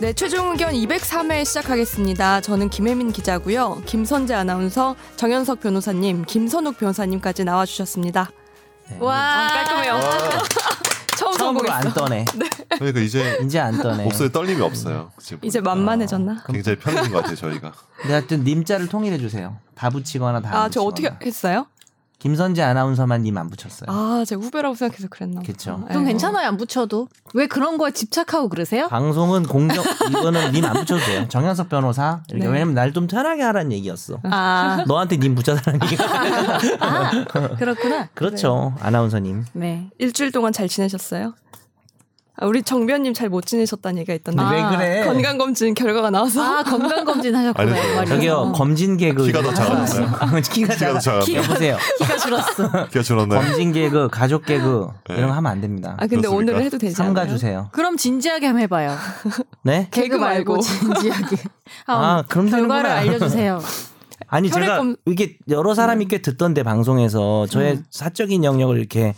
네, 최종 의견 203회 시작하겠습니다. 저는 김혜민 기자고요. 김선재 아나운서, 정현석 변호사님, 김선욱 변호사님까지 나와주셨습니다. 네. 와 깔끔해요. 처음 처음으로 성공했어. 안 떠네. 그러니까 이제 이제 안 떠네. 목소리 떨림이 없어요. 지금 이제 보니까. 만만해졌나? 굉장히 편한 것 같아요 저희가. 근데 하여튼 님자를 통일해 주세요. 다 붙이거나 다. 아 저 어떻게 했어요? 김선재 아나운서만 님 안 붙였어요. 아, 제 후배라고 생각해서 그랬나. 네. 어. 그쵸. 좀 괜찮아요 안 붙여도 왜 그런 거에 집착하고 그러세요? 방송은 공정 이거는 님 안 붙여도 돼요. 정현석 변호사 이렇게 네. 왜냐면 날 좀 편하게 하라는 얘기였어. 아, 너한테 님 붙여달라는 얘기가 아 그렇구나. 그렇죠 아나운서님. 네. 일주일 동안 잘 지내셨어요? 아, 우리 정변님 잘 못 지내셨다는 얘기가 있던데. 아, 왜 그래? 건강검진 결과가 나와서. 아 건강 검진 하셨구나. 알려줘요. 말이죠. 저기요 검진 개그 키가 더 작아졌어요. 키가 키가 작아. 작아요. 여보세요. 키가 줄었어. 기가 줄었나요? 검진 개그 가족 개그 네. 이런 거 하면 안 됩니다. 아, 근데 그렇습니까? 오늘은 해도 되지 않아요? 삼가 주세요. 그럼 진지하게 한번 해봐요. 네. 개그 말고. 진지하게. 음, 아, 그럼 결과를 되는구나. 알려주세요. 아니 혈액 제가 검- 이게 여러 사람이 네. 꽤 듣던데 방송에서 저의 음. 사적인 영역을 이렇게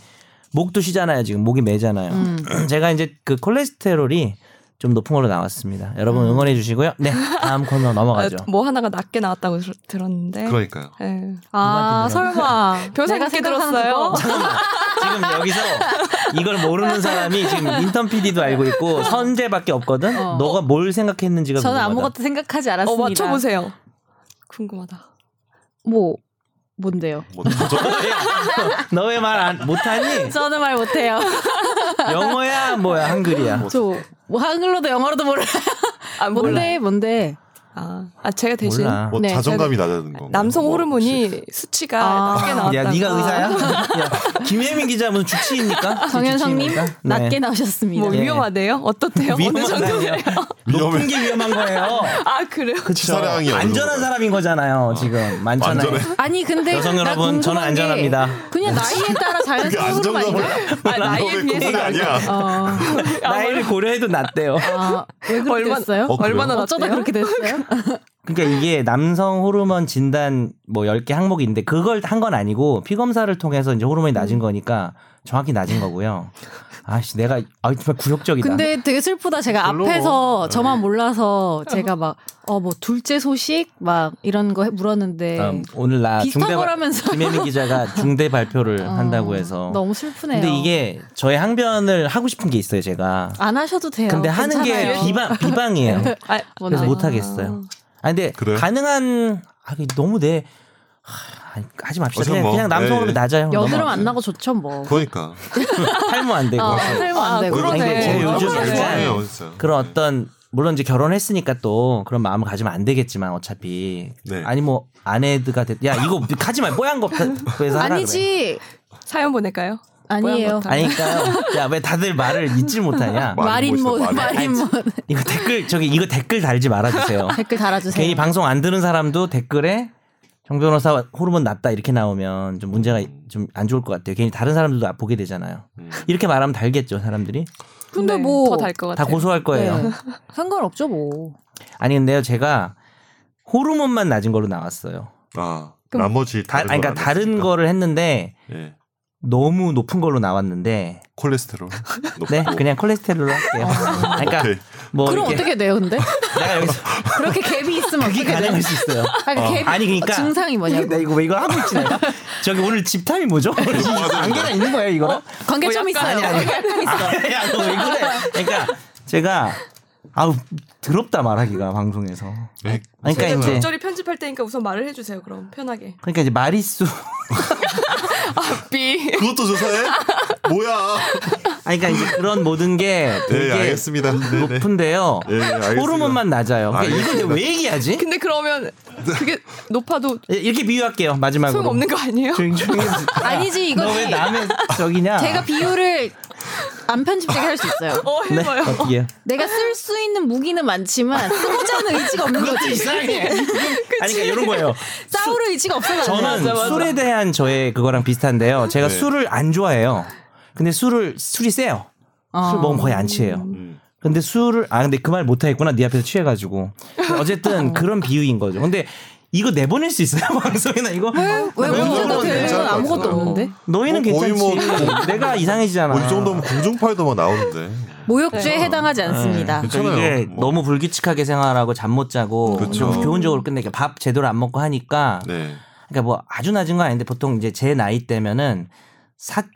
목도 쉬잖아요 지금 목이 메잖아요. 음. 제가 이제 그 콜레스테롤이 좀 높은 걸로 나왔습니다. 여러분 음. 응원해 주시고요. 네 다음 코너 넘어가죠. 아, 뭐 하나가 낮게 나왔다고 들- 들었는데. 그러니까요. 예. 아 누구한테 설마. 변호사님께 내가 생각하는 들었어요? 그거? 지금 여기서 이걸 모르는 사람이 지금 인턴 PD도 알고 있고 선재밖에 없거든. 어. 너가 뭘 생각했는지가 저는 궁금하다. 아무것도 생각하지 어, 않았습니다. 맞춰보세요. 궁금하다. 뭐 뭔데요? 뭐 도전 너 왜 말 안 못하니? 저는 말 못해요. 영어야 뭐야 한글이야? 저 뭐 한글로도 영어로도 몰라. 아, 뭔데 뭔데? 아, 아, 제가 대신 몰라. 뭐, 뭐 네, 자존감이 낮아지는 뭐 거. 남성 호르몬이 수치가 아. 낮게 나왔다. 야, 네가 의사야? 야, 김혜민 기자 무슨 주치입니까? 정현성님 주치입니까? 네. 낮게 나오셨습니다. 뭐 네. 위험하대요? 어떻대요? 어느 위험한 정도? 거예요. 위험해. 높은 게 위험한 거예요. 아, 그래요? 그쵸. 치사량이 어느 안전한 정도예요? 사람인 거잖아요. 지금 많잖아요. 완전해. 아니 근데 여성 나 여러분, 궁금한 저는 안전합니다. 네. 게 그냥 나이에 따라 그게 자연스러운 거 그러니까 안정감을 아닌가? 아, 나이에 위험해. 그건 비해서. 아니야. 어. 나이를 고려해도 낮대요. 아, 왜 그렇게 얼마나- 됐어요? 어, 그래요? 얼마나 어쩌다 낮대요? 그렇게 됐어요? 그러니까 이게 남성 호르몬 진단 뭐 10개 항목인데 그걸 한 건 아니고 피 검사를 통해서 이제 호르몬이 음. 낮은 거니까 정확히 낮은 거고요. 아씨 내가 아 정말 굴욕적이다. 근데 되게 슬프다. 제가 별로 앞에서 뭐. 네. 저만 몰라서 제가 막, 어, 뭐, 둘째 소식? 막 이런 거 해- 물었는데. 음, 오늘 나 비슷한 중대 걸 발- 하면서. 김혜민 기자가 중대 발표를 어, 한다고 해서 너무 슬프네요. 근데 이게 저의 항변을 하고 싶은 게 있어요, 제가. 안 하셔도 돼요. 근데 하는 게 괜찮아요. 비방 비방이에요. 아, 그래서 아. 못 하겠어요. 아 근데 그래요? 가능한 아 이게 너무 내 하, 아니, 하지 맙시다. 어차피 그냥, 뭐, 그냥 남성으로 예, 예. 낮아요. 여드름 넘어가세요. 안 나고 좋죠, 뭐. 그러니까. 탈모 안 되고 어, 살면 안 아, 되고. 그러네. 그러니까 제 어, 요즘 그러네. 약간 죄송해요, 진짜. 그런 네. 어떤 물론 이제 결혼했으니까 또 그런 마음을 가지면 안 되겠지만 어차피 네. 아니 뭐 아내드가 됐. 야 이거 가지 마. 뽀얀 거 그래서 하라 그래. 아니지. 사연 보낼까요? 아니에요. 모양 아니까요. 야 왜 다들 말을 잊지 못하냐? 마린몬, 말인 뭐 있어요, 말인. 마린몬. 이거 댓글 저기 이거 댓글 달지 말아주세요. 댓글 달아주세요. 네. 괜히 방송 안 들은 사람도 댓글에 정 변호사 호르몬 낮다 이렇게 나오면 좀 문제가 좀 안 좋을 것 같아요. 괜히 다른 사람들도 아- 보게 되잖아요. 음. 이렇게 말하면 달겠죠 사람들이 근데 네, 뭐. 더달 것 다 같아요. 고소할 거예요. 네. 상관없죠, 뭐. 아니 근데요 제가 호르몬만 낮은 걸로 나왔어요. 아 그럼 나머지 다, 아니, 다른 그러니까 건 다른 아니었습니까? 거를 했는데 예. 너무 높은 걸로 나왔는데 콜레스테롤. 네. 높고. 네 그냥 콜레스테롤로 할게요. 그러니까 오케이. 뭐 어. 그럼 이렇게 어떻게 돼요, 근데? 내가 여기서 그렇게 갭이 있으면 그게 어떻게 돼요? 가능할 수 있어요. 아니, 어. 갭 아니, 그러니까 증상이 이게 나 네, 뭐냐고. 이거 왜 이거 하고 있지 내가? 저기 오늘 집탐이 어, 뭐죠? 관계가 있는 거예요 이거랑? 뭐 관계점 있어요. 아니 아니. 아, 야, 너 왜 그래? 그러니까 제가 아우 더럽다 말하기가 방송에서. 네. 그러니까 이제 적절히 편집할 테니까 우선 말을 해주세요. 그럼 편하게. 그러니까 이제 마리수. B. 네. 그것도 조사해? 뭐야? 아니 그러니까 이제 그런 모든 게 되게 네 알겠습니다. 네, 네. 높은데요. 예, 예, 알겠습니다. 호르몬만 낮아요. 그러니까 이걸 내가 왜 얘기하지? 근데 그러면 그게 높아도 이렇게 비유할게요 마지막으로. 소용없는 거 아니에요? 조용히 조용히. 아니지, 이거지. 너왜 남의 저기냐? 제가 비유를 안 편집되게 할 수 있어요. 어, 네 해봐요. 어떻게요? 내가 쓸 수 있는 무기는 많지만 쓰고자 하는 의지가 없는 거지. 이상해. 아니 그러니까 이런 거예요. 싸울 의지가 없어가지고. 저는 맞아, 맞아. 술에 대한 저의 그거랑 비슷한데요. 제가 네. 술을 안 좋아해요. 근데 술을 술이 세요. 어. 술 먹으면 거의 안 취해요. 음. 근데 술을 아 근데 그 말 못하겠구나 네 앞에서 취해가지고 어쨌든 그런 비유인 거죠. 근데 이거 내보낼 수 있어요 방송이나 이거 왜 뭐? 왜 문제가 아, 물어보는 되는 건 괜찮을 것 아무것도 같아요. 네. 없는데? 너희는 뭐 거의 괜찮지. 뭐- 내가 이상해지잖아. 뭐이 정도면 공중파에도 막 나오는데. 모욕죄에 해당하지 않습니다. 네. 괜찮아요. 이게 뭐. 너무 불규칙하게 생활하고 잠 못 자고 그렇죠. 너무 교훈적으로 끝내니까 밥 제대로 안 먹고 하니까 네. 그러니까 뭐 아주 낮은 건 아닌데 보통 이제 제 나이 때면은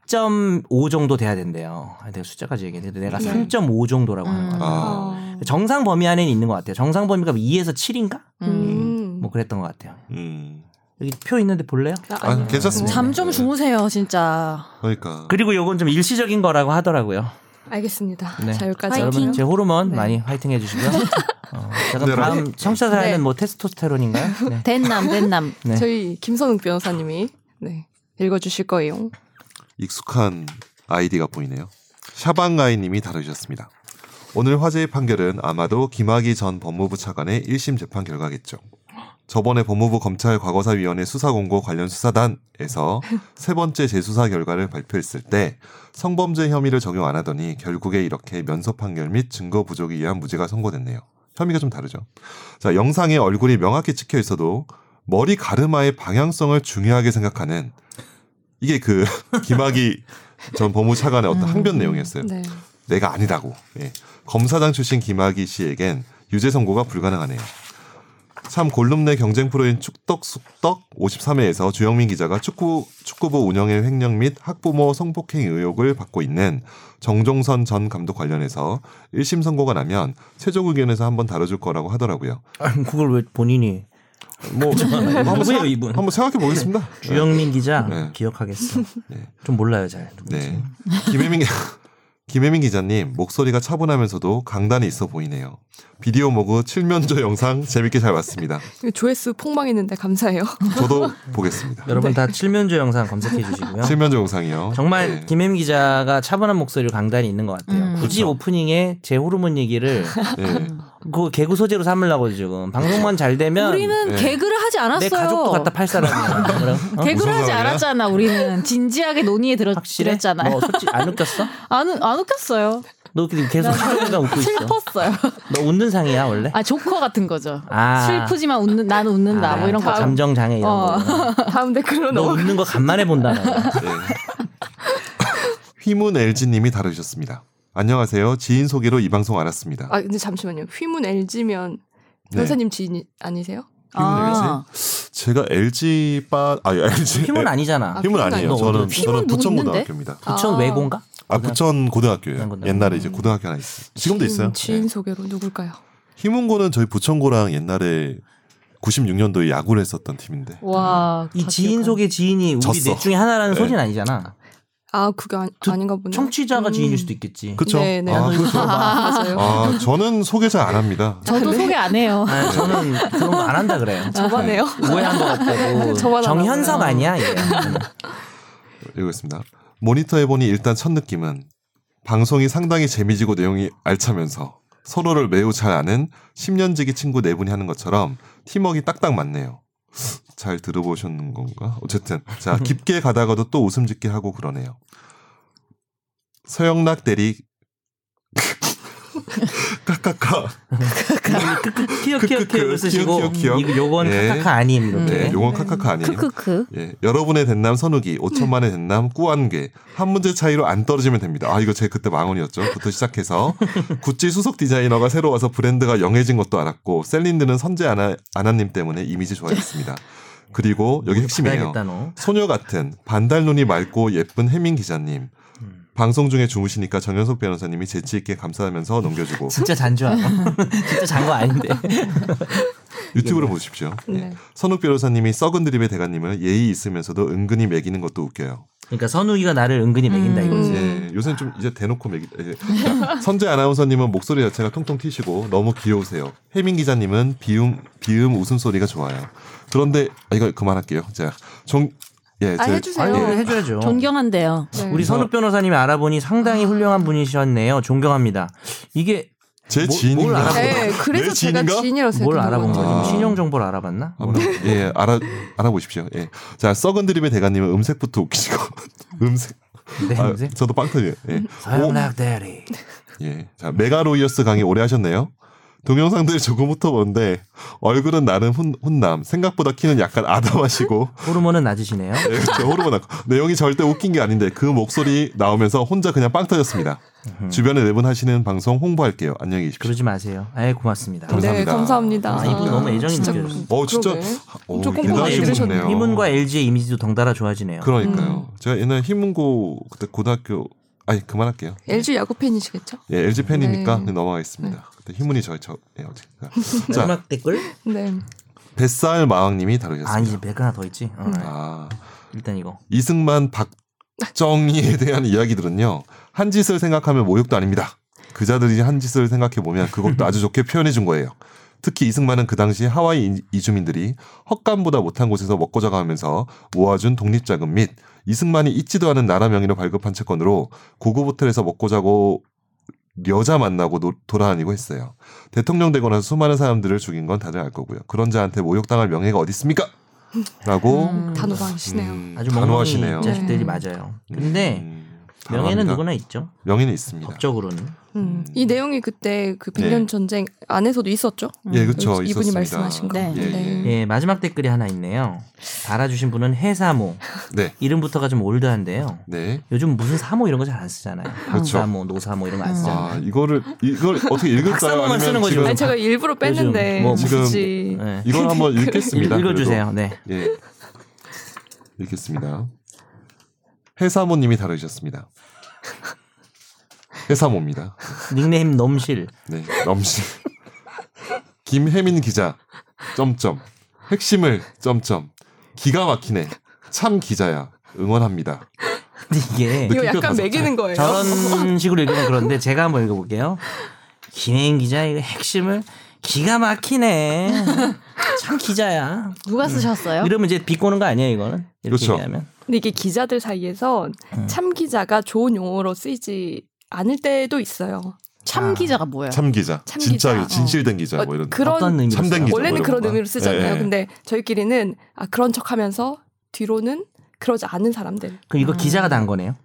4.5 정도 돼야 된대요. 아, 내가 숫자까지 얘기했는데 내가 네. 3.5 정도라고 하는 음. 것 같아요. 어. 아. 정상 범위 안에는 있는 것 같아요. 정상 범위가 2에서 7인가? 음. 음. 뭐 그랬던 것 같아요. 음. 여기 표 있는데 볼래요? 아, 아, 아니요. 괜찮습니다. 잠 네. 좀 주무세요, 진짜. 그러니까. 그리고 요건 좀 일시적인 거라고 하더라고요. 음. 알겠습니다. 네. 자 자, 여기까지 여러분 하고요. 제 호르몬 네. 많이 화이팅 해주시고요. 어, 제가 네, 다음 청취자 사연은 네. 뭐 테스토스테론인가요? 네. 된남, 된남. 네. 저희 김선욱 변호사님이 네, 읽어주실 거예요. 익숙한 아이디가 보이네요. 샤방가이님이 다루셨습니다. 오늘 화제의 판결은 아마도 김학의 전 법무부 차관의 1심 재판 결과겠죠. 저번에 법무부 검찰 과거사위원회 수사공고 관련 수사단에서 세 번째 재수사 결과를 발표했을 때 성범죄 혐의를 적용 안 하더니 결국에 이렇게 면소 판결 및 증거 부족에 의한 무죄가 선고됐네요. 혐의가 좀 다르죠. 자, 영상에 얼굴이 명확히 찍혀 있어도 머리 가르마의 방향성을 중요하게 생각하는 이게 그 김학의 전 법무차관의 어떤 항변 내용이었어요. 네. 내가 아니라고. 예. 검사장 출신 김학의 씨에겐 유죄 선고가 불가능하네요. 참 골룸 내 경쟁 프로인 축덕숙덕 53회에서 주영민 기자가 축구 축구부 운영의 횡령 및 학부모 성폭행 의혹을 받고 있는 정종선 전 감독 관련해서 1심 선고가 나면 최종 의견에서 한번 다뤄줄 거라고 하더라고요. 아니, 그걸 왜 본인이 뭐 누구예요 이분? 한번 생각해 보겠습니다. 주영민 기자 네. 기억하겠어. 네. 좀 몰라요 잘. 네. 김혜민 기- 김혜민 기자님 목소리가 차분하면서도 강단이 있어 보이네요. 비디오 모그 칠면조 영상 재밌게 잘 봤습니다. 조회수 폭망했는데 감사해요. 저도 보겠습니다. 여러분 네. 다 칠면조 영상 검색해 주시고요. 칠면조 영상이요. 정말 네. 김혜민 기자가 차분한 목소리로 강단이 있는 것 같아요. 음. 굳이 그렇죠. 오프닝에 제 호르몬 얘기를 네. 그 개구 소재로 삼으려고 지금 방송만 잘 되면 우리는 네. 개그를 하지 않았어요. 내 가족도 갖다 팔 사람이야. 뭐라고? 어? 개그를 무슨 하지 상황이야? 않았잖아. 우리는 진지하게 논의에 들어 확실해? 드렸잖아요. 뭐 솔직히 안 웃겼어? 안, 안 웃겼어요. 너 계속 시청자가 웃고 있어. 슬펐어요. 너 웃는 상이야 원래? 아 조커 같은 거죠. 아. 슬프지만 웃는 나는 웃는다. 아, 뭐 이런 거. 감정 장애 이런 어. 거. 다음 댓글로 너 넘어. 웃는 거 간만에 본다. 나. 네. 휘문 LG님이 다루셨습니다. 안녕하세요. 지인 소개로 이 방송 알았습니다. 아 근데 잠시만요. 휘문 LG면 네. 변호사님 지인 이 아니세요? 아. 제가 LG 바, 아 LG 힘은 아, 아니잖아. 휘문 아니에요. 휘문 저는 어디- 저는 휘문 누구 부천 있는데? 고등학교입니다. 부천 아. 외고인가? 아 부천 고등학교예요. 고등학교. 옛날에 이제 고등학교 하나 있어요. 지금도 지인, 있어요. 지인 네. 소개로 누굴까요? 희문고는 저희 부천고랑 옛날에 96년도에 야구를 했었던 팀인데 와. 이 다 지인 아, 기억하네. 속의 지인이 우리 졌어. 넷 중에 하나라는 네. 소리는 아니잖아. 아 그게 아, 두- 아닌가 보네요. 청취자가 음. 지인일 수도 있겠지. 그쵸? 네, 네. 아, 그렇죠. 맞아요. 아 저는 소개 잘 안 합니다. 저도 소개 안 해요. 아, 저는 그런 거 안 한다 그래요. 아. 저번에요. 오해한 것 같다고. 저만 정현석 알아요. 아니야? 이게. 읽겠습니다. 모니터 해보니 일단 첫 느낌은 방송이 상당히 재미지고 내용이 알차면서 서로를 매우 잘 아는 10년지기 친구 네 분이 하는 것처럼 팀워크 딱딱 맞네요. 잘 들어보셨는 건가? 어쨌든 자 깊게 가다가도 또 웃음 짓게 하고 그러네요. 서영락 대리 까까까 키어 키어 그, 그, 키어 쓰시고 키역, 키역, 키역. 이거 요건 예. 카카카 아님 네, 이렇게. 용어 카카카 아니에요. 크크크. 예, 여러분의 된남 선우기, 5천만의 네. 된남 꾸안개, 한 문제 차이로 안 떨어지면 됩니다. 아, 이거 제 그때 망언이었죠. 부터 시작해서 구찌 수석 디자이너가 새로 와서 브랜드가 영해진 것도 알았고 셀린드는 선재 아나, 아나님 때문에 이미지 좋아졌습니다. 그리고 여기 핵심이에요. 봐야겠다, 너. 소녀 같은 반달 눈이 맑고 예쁜 혜민 기자님. 음. 방송 중에 주무시니까 정현석 변호사님이 재치 있게 감사하면서 넘겨주고 진짜 잔주하고. 진짜 잔 거 아닌데. 유튜브로 보십시오. 예. 네. 선욱 변호사님이 썩은 드립의 대가님을 예의 있으면서도 은근히 매기는 것도 웃겨요. 그러니까 선우기가 나를 은근히 매긴다 음. 이거지. 예, 요새는 좀 이제 대놓고 매기. 예. 선재 아나운서님은 목소리 자체가 통통 튀시고 너무 귀여우세요. 혜민 기자님은 비음 비음 웃음소리가 좋아요. 그런데 아, 이거 그만할게요. 자, 종 예, 아, 제- 해주세요. 이거를 네. 해줘야죠. 존경한대요. 네. 우리 선우 변호사님이 알아보니 상당히 훌륭한 분이셨네요. 존경합니다. 이게 제 뭘- 지인인가? 뭘 알아보는 네, 그래서 제가 내 지인인가? 지인이라고 네. 뭘 생각했나 알아본 봐요. 거야? 아. 신용 정보를 알아봤나? 아무나. 예, 알아 알아보십시오. 예, 자 썩은 드립의 대가님은 음색부터 웃기시고 음색. 내 아, 인생. 저도 빵터예요. 예. 오- 서영락 대리. 예. 자, 메가로이어스 강의 오래 하셨네요. 동영상들 조금부터 보는데 얼굴은 나름 훈, 남 생각보다 키는 약간 아담하시고 호르몬은 낮으시네요. 네, 그렇죠. 호르몬 낮고. 내용이 절대 웃긴 게 아닌데 그 목소리 나오면서 혼자 그냥 빵 터졌습니다. 주변에 네 내분하시는 방송 홍보할게요. 안녕히 계십시오. 그러지 마세요. 아예 고맙습니다. 감사합니다. 네, 감사합니다. 아, 이분 너무 애정이 진짜 느껴져요. 어 진짜 그러게. 어, 조금 대단하신 고민이 들으셨네요. 분이네요. 희문과 LG의 이미지도 덩달아 좋아지네요. 그러니까요. 음. 제가 옛날 희문고 그때 고등학교 아니 그만할게요. LG 야구 팬이시겠죠? 예, LG 팬이니까 네. 그냥 넘어가겠습니다. 그때 희문이 저희 저 예, 어쨌든. 자, 마지막 댓글? 네. 뱃살 마왕님이 아, 이제 다루셨습니다. 백가 하나 더 있지. 어, 네. 아, 일단 이거. 이승만 박정희에 대한 이야기들은요. 한 짓을 생각하면 모욕도 아닙니다. 그자들이 한 짓을 생각해 보면 그것도 아주 좋게 표현해 준 거예요. 특히 이승만은 그 당시 하와이 인- 이주민들이 헛간보다 못한 곳에서 먹고 자가면서 모아준 독립자금 및 이승만이 잊지도 않은 나라 명의로 발급한 채권으로 고급 호텔에서 먹고 자고 여자 만나고 노- 돌아다니고 했어요. 대통령 되고 나서 수많은 사람들을 죽인 건 다들 알 거고요. 그런 자한테 모욕당할 명예가 어디 있습니까? 라고 음. 단호박이시네요. 음, 아주 단호하시네요. 멍멍이 자식들이 네. 맞아요. 음, 근데 음, 명예는 감사합니다. 누구나 있죠. 명예는 있습니다. 법적으로는. 음. 이 내용이 그때 그 백년 네. 전쟁 안에서도 있었죠? 예, 그렇죠. 음, 이분이 있었습니다. 말씀하신 거. 네. 예, 예. 네. 예, 마지막 댓글이 하나 있네요. 달아주신 분은 해사모. 네, 이름부터가 좀 올드한데요. 네. 요즘 무슨 사모 이런 거 잘 안 쓰잖아요. 그렇죠. 방사모, 노사모 이런 거 안 쓰잖아요. 아, 이거를 이걸 어떻게 읽을까요? 박사모만 아니면 쓰는 거지, 지금 아니 제가 일부로 뺐는데 뭐 지금 굳이 네. 이걸 한번 읽겠습니다. 읽, 어주세요 네. 그래도. 예, 읽겠습니다. 해사모님이 다루셨습니다. 해사모입니다. 닉네임 넘실. 네, 넘시. 김혜민 기자. 점점. 핵심을 점점. 기가 막히네. 참 기자야. 응원합니다. 근데 이게 이거 약간 느낌표 매기는 거예요. 네. 저런 식으로 읽으면 그런데 제가 한번 읽어볼게요. 김혜인 기자 이거 핵심을 기가 막히네. 참 기자야. 누가 쓰셨어요? 음. 이러면 이제 비꼬는 거 아니에요 이거는? 이렇게 그렇죠. 얘기하면. 근데 이게 기자들 사이에서 참 기자가 좋은 용어로 쓰이지 않을 때도 있어요. 아, 참 기자가 뭐예요? 참 기자. 참 진짜 기자. 진실된 기자 어, 뭐 이런. 그런 어떤 의미로 참된 써요? 기자. 원래는 뭐 이런 그런 의미로 거. 쓰잖아요. 예. 근데 저희끼리는 아 그런 척하면서 뒤로는 그러지 않은 사람들. 그럼 이거 음. 기자가 단 거네요.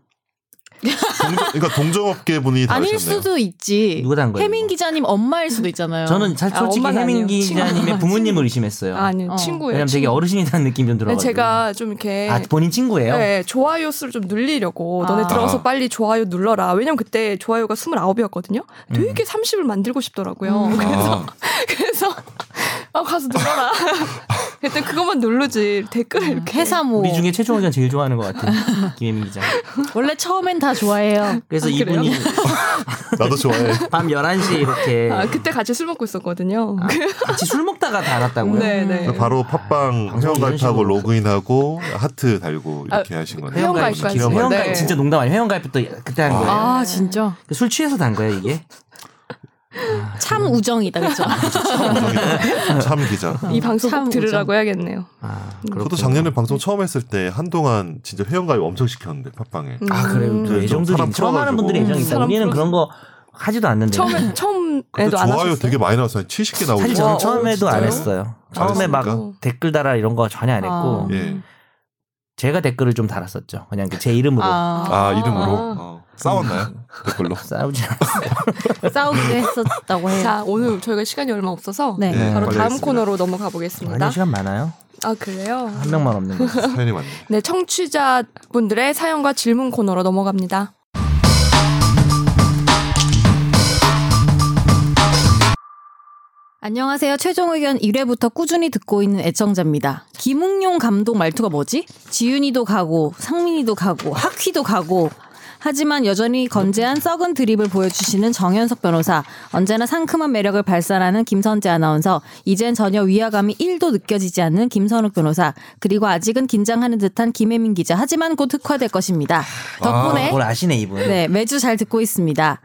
아, 동- 그러니까 동종업계 분이 아닐 다루셨네요. 수도 있지. 누가 단 거예요? 혜민 기자님 엄마일 수도 있잖아요. 저는 사- 아, 솔직히 엄마는 혜민 아니에요. 기자님의 친구. 부모님을 네. 의심했어요. 아, 아니 어. 친구예요. 왜냐면 되게 친구. 어르신이라는 느낌 좀 네, 들어가지고. 제가 좀 이렇게 아 본인 친구예요? 네, 좋아요 수를 좀 늘리려고 너네 아. 들어가서 아. 빨리 좋아요 눌러라. 왜냐면 그때 좋아요가 29이었거든요. 음. 되게 30을 만들고 싶더라고요. 음. 아, 그래서 아 가서 눌러라. 일단 그것만 누르지 음. 댓글을 이렇게 해사모. 네, 뭐. 우리 중에 최종 의견 제일 좋아하는 것 같아요. 김혜민 기자. 원래 처음엔 다 좋아해요. 그래서 아, 그래요? 이분이 나도 좋아해. 밤 11시에 이렇게 아, 그때 같이 술 먹고 있었거든요. 예. 아, 같이 술 먹다가 달았다고요? 네, 네. 바로 팟빵 방송 이런 회원가입 하고 식으로 로그인하고 하트 달고 이렇게 하신 거네요. 회원가입까지. 회원가입. 회원가입 네. 진짜 농담 아니에요. 회원가입부터 그때 한 거예요. 아 진짜 술 취해서 단 거예요 이게. 참 네. 우정이다 그죠? 아, 참 기자. 이 방송 참 꼭 들으라고 우정. 해야겠네요. 아, 저도 그렇구나. 작년에 방송 처음 했을 때 한동안 진짜 회원가입 엄청 시켰는데 팟빵에. 아 음. 그래요. 그 좀 애정도 사람 처음 하는 풀어가지고. 분들의 애정이 있다. 사람 우리는 그런 거 하지도 않는데. 처음에 그때 처음에도 안 좋아요 하셨어요. 되게 많이 나왔어요. 70개 나오죠. 사실 와, 저는 처음에도 어, 진짜요? 안 아, 했어요. 안 처음에 했습니까? 막 댓글 달아 이런 거 전혀 안 했고 아. 예. 제가 댓글을 좀 달았었죠. 그냥 그제 이름으로 아, 아, 이름으로 어. 싸웠나요? 댓글로. 싸우지 않 아. 싸우기도 했었다고 해요. 자 오늘 저희가 시간이 얼마 없어서 네. 네, 바로 다음 알겠습니다. 코너로 넘어가 아니 보겠습니다. 시간 많아요. 아 그래요? 한 명만 없는 거. 사연이 많네. 네 청취자분들의 사연과 질문 코너로 넘어갑니다. 안녕하세요. 최종 의견 1회부터 꾸준히 듣고 있는 애청자입니다. 김웅용 감독 말투가 뭐지? 지윤이도 가고, 상민이도 가고, 학휘도 가고. 하지만 여전히 건재한 썩은 드립을 보여주시는 정현석 변호사, 언제나 상큼한 매력을 발산하는 김선재 아나운서, 이젠 전혀 위화감이 1도 느껴지지 않는 김선욱 변호사, 그리고 아직은 긴장하는 듯한 김혜민 기자, 하지만 곧 흑화될 것입니다. 덕분에 뭘 아시네 이분. 네, 매주 잘 듣고 있습니다.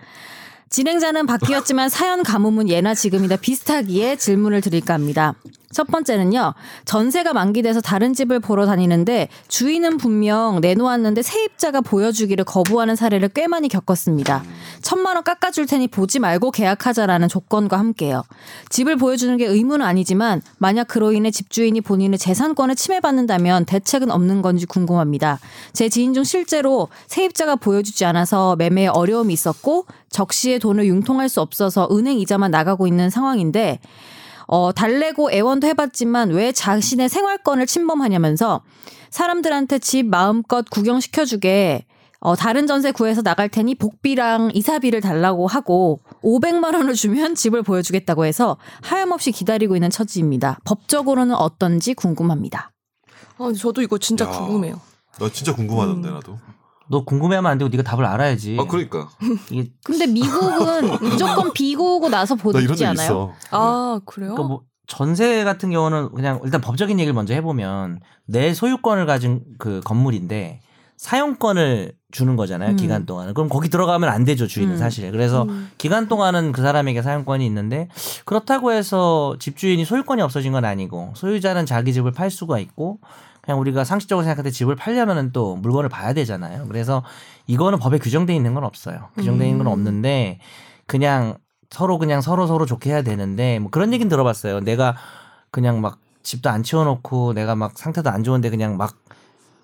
진행자는 바뀌었지만 사연 가뭄은 예나 지금이나 비슷하기에 질문을 드릴까 합니다. 첫 번째는요, 전세가 만기돼서 다른 집을 보러 다니는데 주인은 분명 내놓았는데 세입자가 보여주기를 거부하는 사례를 꽤 많이 겪었습니다. 천만 원 깎아줄 테니 보지 말고 계약하자라는 조건과 함께요. 집을 보여주는 게 의무는 아니지만 만약 그로 인해 집주인이 본인의 재산권을 침해받는다면 대책은 없는 건지 궁금합니다. 제 지인 중 실제로 세입자가 보여주지 않아서 매매에 어려움이 있었고 적시에 돈을 융통할 수 없어서 은행 이자만 나가고 있는 상황인데 어, 달래고 애원도 해봤지만 왜 자신의 생활권을 침범하냐면서 사람들한테 집 마음껏 구경시켜주게 어, 다른 전세 구해서 나갈 테니 복비랑 이사비를 달라고 하고 500만 원을 주면 집을 보여주겠다고 해서 하염없이 기다리고 있는 처지입니다. 법적으로는 어떤지 궁금합니다. 아, 저도 이거 진짜 야. 궁금해요. 나 진짜 궁금하던데 나도. 너 궁금해하면 안 되고 네가 답을 알아야지. 아 그러니까. 이게 근데 미국은 무조건 비고 오고 나서 나 이런 보지 적 않아요? 있어. 아 그래요? 그러니까 뭐 전세 같은 경우는 그냥 일단 법적인 얘기를 먼저 해보면 내 소유권을 가진 그 건물인데 사용권을 주는 거잖아요 음. 기간 동안. 은 그럼 거기 들어가면 안 되죠 주인은 음. 사실. 그래서 음. 기간 동안은 그 사람에게 사용권이 있는데 그렇다고 해서 집주인이 소유권이 없어진 건 아니고 소유자는 자기 집을 팔 수가 있고 그냥 우리가 상식적으로 생각할 때 집을 팔려면은 또 물건을 봐야 되잖아요. 그래서 이거는 법에 규정돼 있는 건 없어요. 규정돼 있는 건 음. 없는데 그냥 서로 그냥 서로 서로 좋게 해야 되는데 뭐 그런 얘기는 들어봤어요. 내가 그냥 막 집도 안 치워놓고 내가 막 상태도 안 좋은데 그냥 막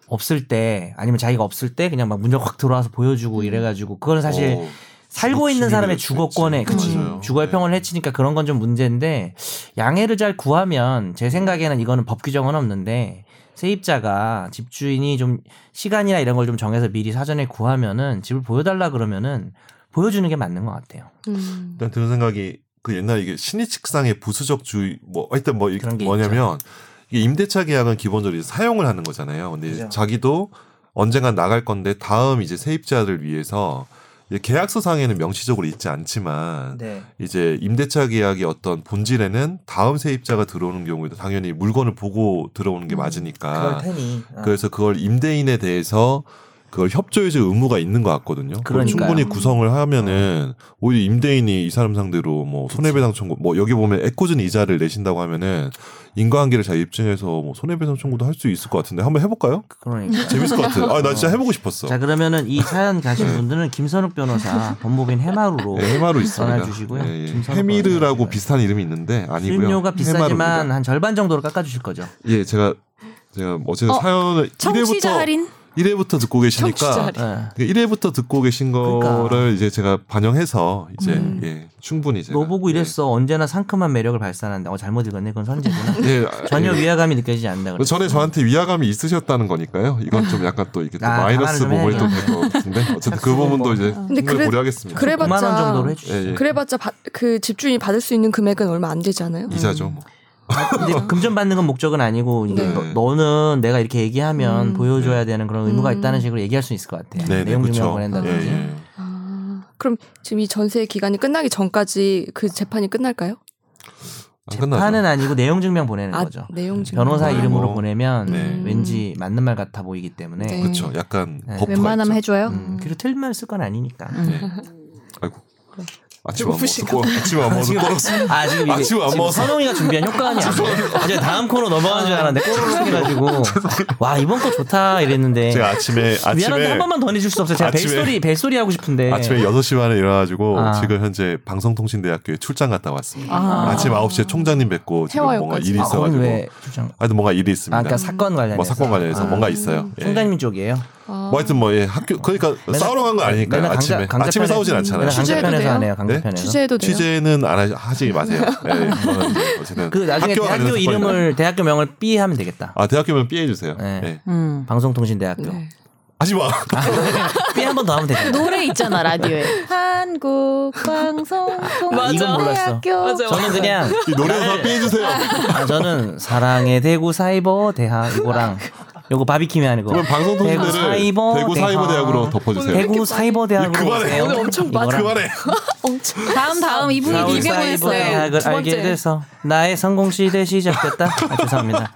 없을 때 아니면 자기가 없을 때 그냥 막 문을 확 들어와서 보여주고 이래가지고 그건 사실 어, 살고 있는 사람의 주거 주거권에 침해를 그치. 했지. 맞아요. 주거의 네. 평을 해치니까 그런 건 좀 문제인데 양해를 잘 구하면 제 생각에는 이거는 법 규정은 없는데 세입자가 집주인이 좀 시간이나 이런 걸 좀 정해서 미리 사전에 구하면은 집을 보여달라 그러면은 보여주는 게 맞는 것 같아요. 음. 네, 일단 드는 생각이 그 옛날 이게 신의칙상의 부수적주의 뭐 하여튼 뭐 이게 그런 게 뭐냐면 이게 임대차 계약은 기본적으로 이제 사용을 하는 거잖아요. 근데 이제 그죠. 자기도 언젠간 나갈 건데 다음 이제 세입자를 위해서 이제 계약서상에는 명시적으로 있지 않지만 네. 이제 임대차 계약의 어떤 본질에는 다음 세입자가 들어오는 경우에도 당연히 물건을 보고 들어오는 게 음, 맞으니까 테니. 아, 그래서 그걸 임대인에 대해서 그걸 협조해줄 의무가 있는 것 같거든요. 그걸 그러니까요. 어. 충분히 구성을 하면은 오히려 임대인이 이 사람 상대로 뭐 손해배상 청구, 뭐 여기 보면 애꿎은 이자를 내신다고 하면은 인과관계를 잘 입증해서 뭐 손해배상 청구도 할 수 있을 것 같은데 한번 해볼까요? 그러니까. 재밌을 것 같아. 아, 나 진짜 어. 해보고 싶었어. 자 그러면은 이 사연 가신 분들은 김선욱 변호사 법무부인 해마루로 네, 해마루 있습니다. 전화주시고요. 예, 예. 김선호 해미르라고 변호사님. 비슷한 이름이 있는데 아니고요. 수임료가 비싸지만 해마루입니다. 한 절반 정도로 깎아주실 거죠. 예, 제가 제가 어쨌든 어, 사연을 청취자 1회부터 어, 할인? 1회부터 듣고 청취자 계시니까 할인. 예. 그 1회부터 듣고 계신 그러니까. 거를 이제 제가 반영해서 이제 음. 예, 충분히 제가 네. 너 보고 이랬어. 언제나 상큼한 매력을 발산한다. 어, 잘못 읽었네. 그건 선제구나. 예, 예, 아, 전혀 음. 예. 위화감이 느껴지지 않는다. 그래. 전에 저한테 위화감이 있으셨다는 거니까요. 이건 좀 약간 또 이게 또 아, 마이너스 감안을 좀 부분이 또 될 해야죠. 것 같은데 어쨌든 그 그건 부분도 뭐. 이제 근데 충분히 그래- 고려하겠습니다. 그래봤자 9만 원뭐 정도로 해주시죠. 예, 예. 그래봤자 바- 그 집주인이 받을 수 있는 금액은 얼마 안 되잖아요. 그러니까. 이자죠. 뭐. 음. 근데 금전 받는 건 목적은 아니고 이제 네. 너, 는 내가 이렇게 얘기하면 음. 보여줘야 되는 그런 의무가 음. 있다는 식으로 얘기할 수 있을 것 같아요. 네, 네, 내용 증명 그렇죠. 예, 보낸다든지. 예. 아, 그럼 지금 이 전세 기간이 끝나기 전까지 그 재판이 끝날까요? 안 재판은 끝나죠. 아니고 내용 증명 보내는 아, 거죠. 내용 증명. 네, 음. 변호사 네. 이름으로 뭐. 보내면 네. 왠지 맞는 말 같아 보이기 때문에 네. 그렇죠. 약간 네. 버프가 웬만하면 있죠. 해줘요. 음. 음, 그리고 틀린 말 쓸 건 아니니까. 네. 아이고. 아침 안 먹어서 배고프신가 꼬- 아침 안 먹어서 꼬- 아 지금 이게 아침 안 먹어서. 선홍이가 준비한 효과음이 아니야. 이제 다음 코너 넘어가는 줄 알았는데 꼬르륵 해가지고 와 이번 거 좋다 이랬는데 제가 아침에 미안한데 한 아침에 번만 더 내줄 수 없어요. 제가 아침에- 벨소리 벨소리 하고 싶은데 아침에 6시 반에 일어나가지고 네. 아. 지금 현재 방송통신대학교에 출장 갔다 왔습니다. 아. 아. 침 9시에 총장님 뵙고 지금 뭔가 해와요까지. 일이 아, 거긴 있어가지고 왜 출장? 아, 하여튼 뭔가 일이 있습니다. 그러니까 사건 관련해서 뭐 사건 관련해서 아. 뭔가 있어요. 예. 총장님 쪽이에요. 아, 뭐 하여튼 뭐 예, 학교 그러니까 맨날- 싸우러 간 거 아니니까요. 맨날 아침에 강자- 아침에 강자편에- 싸우진 않잖아요. 네? 맨날 취재해도 강대편에서 돼요? 안 해요. 강대편에서. 취재해도 돼요? 어, 취재는 안 하, 하지 마세요. 예, 예, 그거는 이제 어쨌든 그 나중에 학교 대학교 관련해서 사건이니까. 이름을 대학교 명을 B 하면 되겠다. 아 대학교면 삐해 주세요. 네. 예. 음. 방송통신대학교. 네. 하지 마. B 한 번 더 하면 되겠다. 노래 있잖아 라디오에. 네. 한국 방송 맞아. 이건 몰랐어. 맞아. 저는 그냥 이 네. 노래에서 삐해 주세요. 아, 저는 사랑의 대구 사이버 대학 이거랑 요거 바비킴이 아니고 그럼 대구 방송통신대를 사이버 대구 사이버 대학으로 덮어 주세요. 대구 사이버 대학으로 그만해. 오세요. 오늘 엄청 많이- 이거랑 그만해. 엄청 다음 다음 이분이 서울 길게 사이버 보냈어요. 대학을 두 번째. 알게 돼서 나의 성공 시대 시작됐다. 아, 죄송합니다.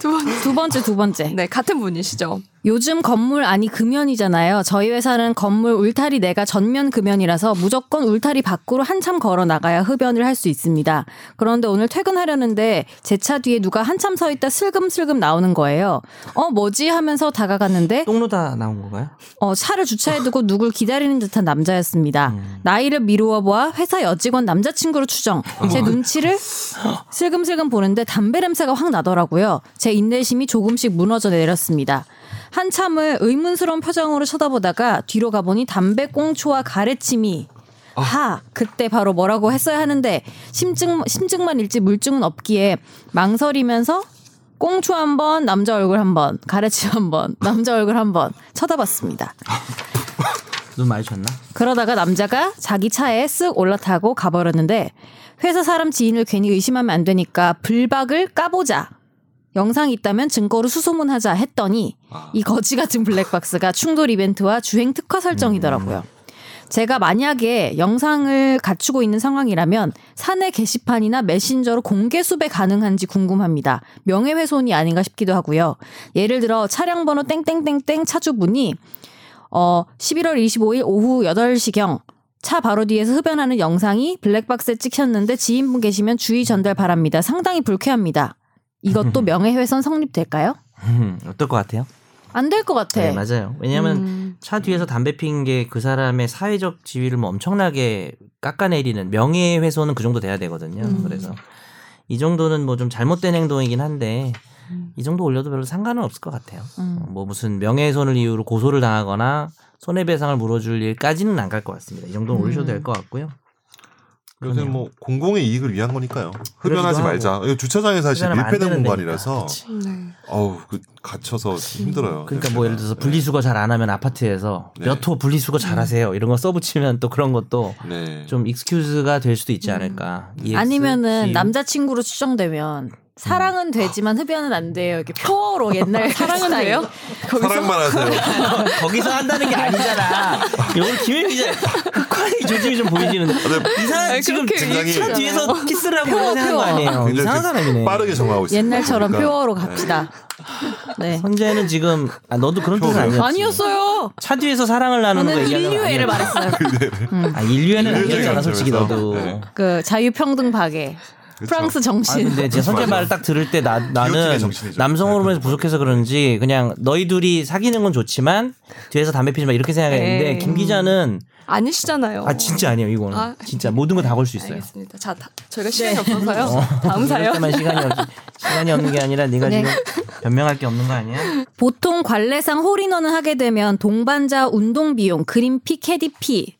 두 번. 두 번째 두 번째. 네 같은 분이시죠. 요즘 건물 아니 금연이잖아요. 저희 회사는 건물 울타리 내가 전면 금연이라서 무조건 울타리 밖으로 한참 걸어 나가야 흡연을 할 수 있습니다. 그런데 오늘 퇴근하려는데 제 차 뒤에 누가 한참 서 있다 슬금슬금 나오는 거예요. 어 뭐지 하면서 다가갔는데 똥로 다 나온 건가요? 어, 차를 주차해두고 누굴 기다리는 듯한 남자였습니다. 나이를 미루어 보아 회사 여직원 남자친구로 추정. 제 눈치를 슬금슬금 보는데 담배 냄새가 확 나더라고요. 제 인내심이 조금씩 무너져 내렸습니다. 한참을 의문스러운 표정으로 쳐다보다가 뒤로 가보니 담배 꽁초와 가래침이 하 그때 바로 뭐라고 했어야 하는데 심증 심증만 일지 물증은 없기에 망설이면서 꽁초 한 번, 남자 얼굴 한 번, 가래치 한 번, 남자 얼굴 한 번 쳐다봤습니다. 눈 많이 쳤나? 그러다가 남자가 자기 차에 쓱 올라타고 가버렸는데 회사 사람 지인을 괜히 의심하면 안 되니까 불박을 까보자. 영상이 있다면 증거로 수소문하자 했더니 이 거지 같은 블랙박스가 충돌 이벤트와 주행 특화 설정이더라고요. 제가 만약에 영상을 갖추고 있는 상황이라면 사내 게시판이나 메신저로 공개 수배 가능한지 궁금합니다. 명예훼손이 아닌가 싶기도 하고요. 예를 들어 차량 번호 땡땡땡땡 차주분이 어 11월 25일 오후 8시경 차 바로 뒤에서 흡연하는 영상이 블랙박스에 찍혔는데 지인분 계시면 주의 전달 바랍니다. 상당히 불쾌합니다. 이것도 명예훼손 성립될까요? 음, 어떨 것 같아요? 안 될 것 같아. 네, 맞아요. 왜냐하면 음, 차 뒤에서 담배 핀 게 그 사람의 사회적 지위를 뭐 엄청나게 깎아내리는 명예훼손은 그 정도 돼야 되거든요. 음. 그래서 이 정도는 뭐 좀 잘못된 행동이긴 한데 이 정도 올려도 별로 상관은 없을 것 같아요. 음. 뭐 무슨 명예훼손을 이유로 고소를 당하거나 손해배상을 물어줄 일까지는 안 갈 것 같습니다. 이 음. 정도는 올리셔도 될 것 같고요. 요새 그러네요. 뭐 공공의 이익을 위한 거니까요. 흡연하지 하고. 말자. 이거 주차장에 사실 흡연하면 안 밀폐된 되는 공간이라서 데니까. 네. 어우 그 갇혀서 힘들어요. 그러니까 뭐 예를 들어서 분리수거 잘 안 하면 아파트에서 네. 몇 호 분리수거 잘 음. 하세요 이런 거 써붙이면 또 그런 것도 네. 좀 익스큐즈가 될 수도 있지 않을까. 음. EX, 음. 아니면은 G. 남자친구로 추정되면 사랑은 되지만 흡연은 안 돼요. 이렇게 표어로 옛날 사랑은 돼요? 사랑만 하세요. 거기서 한다는 게 아니잖아. 이걸 김혜 기자 흑화의 조짐이 좀 보이시는데 아, 네. 이상한 지금 굉장히 차 뒤에서 키스를 하고 표어, 이런 생각 거 표어. 아니에요. 굉장히 이상한 사람이네. 빠르게 정하고 있어요. 옛날처럼 그러니까 표어로 갑시다. 네. 선재는 지금 아, 너도 그런 뜻은 아니었지. 아니었어요. 차 뒤에서 사랑을 나누는 거 저는 얘기하는 거 인류애를 아니야. 말했어요. 아 인류애는 인류애를 아니잖아 솔직히 말하면서. 너도. 네. 그 자유평등 박애. 프랑스 아 정신. 근데 제 선재 말을 딱 들을 때 나, 기호팀의 나는 정신이죠. 네, 그렇죠. 남성 호르몬에서 부족해서 그런지 그냥 너희 둘이 사귀는 건 좋지만 뒤에서 담배 피지 마 이렇게 생각했는데 에이. 김 기자는 아니시잖아요. 아 진짜 아니에요 이거는 아. 진짜 모든 거 다 걸 수 있어요. 알겠습니다. 자, 다- 저희가 네. 시간이 없어서요. 다음 사연. 만 시간이 없 시간이 없는 게 아니라 네가 네. 지금 변명할 게 없는 거 아니야? 보통 관례상 홀인원을 하게 되면 동반자 운동 비용, 그린피, 캐디피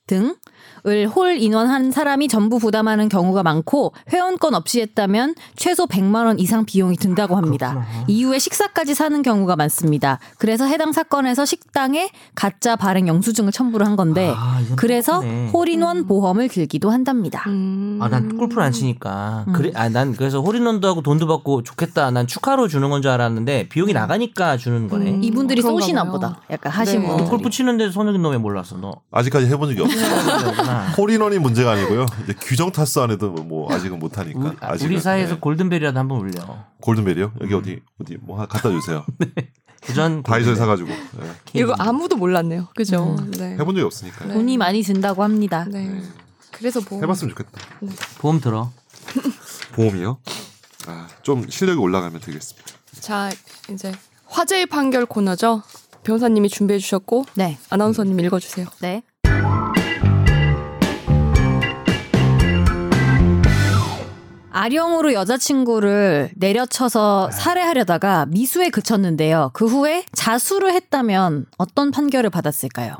등을 홀인원한 사람이 전부 부담하는 경우가 많고 회원권 없이 했다면 최소 100만 원 이상 비용이 든다고 합니다. 이후에 식사까지 사는 경우가 많습니다. 그래서 해당 사건에서 식당에 가짜 발행 영수증을 첨부를 한 건데 아, 이건 그래서 똑같네. 홀인원 보험을 들기도 한답니다. 음. 아 난 골프를 안 치니까 그래 아 난 그래서 홀인원도 하고 돈도 받고 좋겠다 난 축하로 주는 건 줄 알았는데 비용이 나가니까 주는 거네. 음. 이분들이 그런가 쏘시나 봐요. 보다. 약간 하신 네. 분. 너 골프 치는데 손을 너왜 몰랐어 너? 아직까지 해본 적이 네. 없어요. 그러구나. 홀인원이 문제가 아니고요. 이제 규정 타스 안에도 뭐 아직은 못 하니까. 우리, 아, 아직은. 우리 사이에서 네. 골든벨이라도 한번 울려. 골든벨이요? 여기 어디 어디 뭐 하나 갖다 주세요. 네. 그전 다이소에 사가지고 네. 이거 아무도 몰랐네요. 그죠? 네. 해본 적이 없으니까. 요 네. 돈이 많이 든다고 합니다. 네. 그래서 뭐 네. 해봤으면 좋겠다. 보험 들어. 보험이요? 아, 좀 실력이 올라가면 되겠습니다. 자, 이제 화제의 판결 코너죠. 변호사님이 준비해 주셨고 네. 아나운서님 읽어 주세요. 네. 아령으로 여자친구를 내려쳐서 살해하려다가 미수에 그쳤는데요. 그 후에 자수를 했다면 어떤 판결을 받았을까요?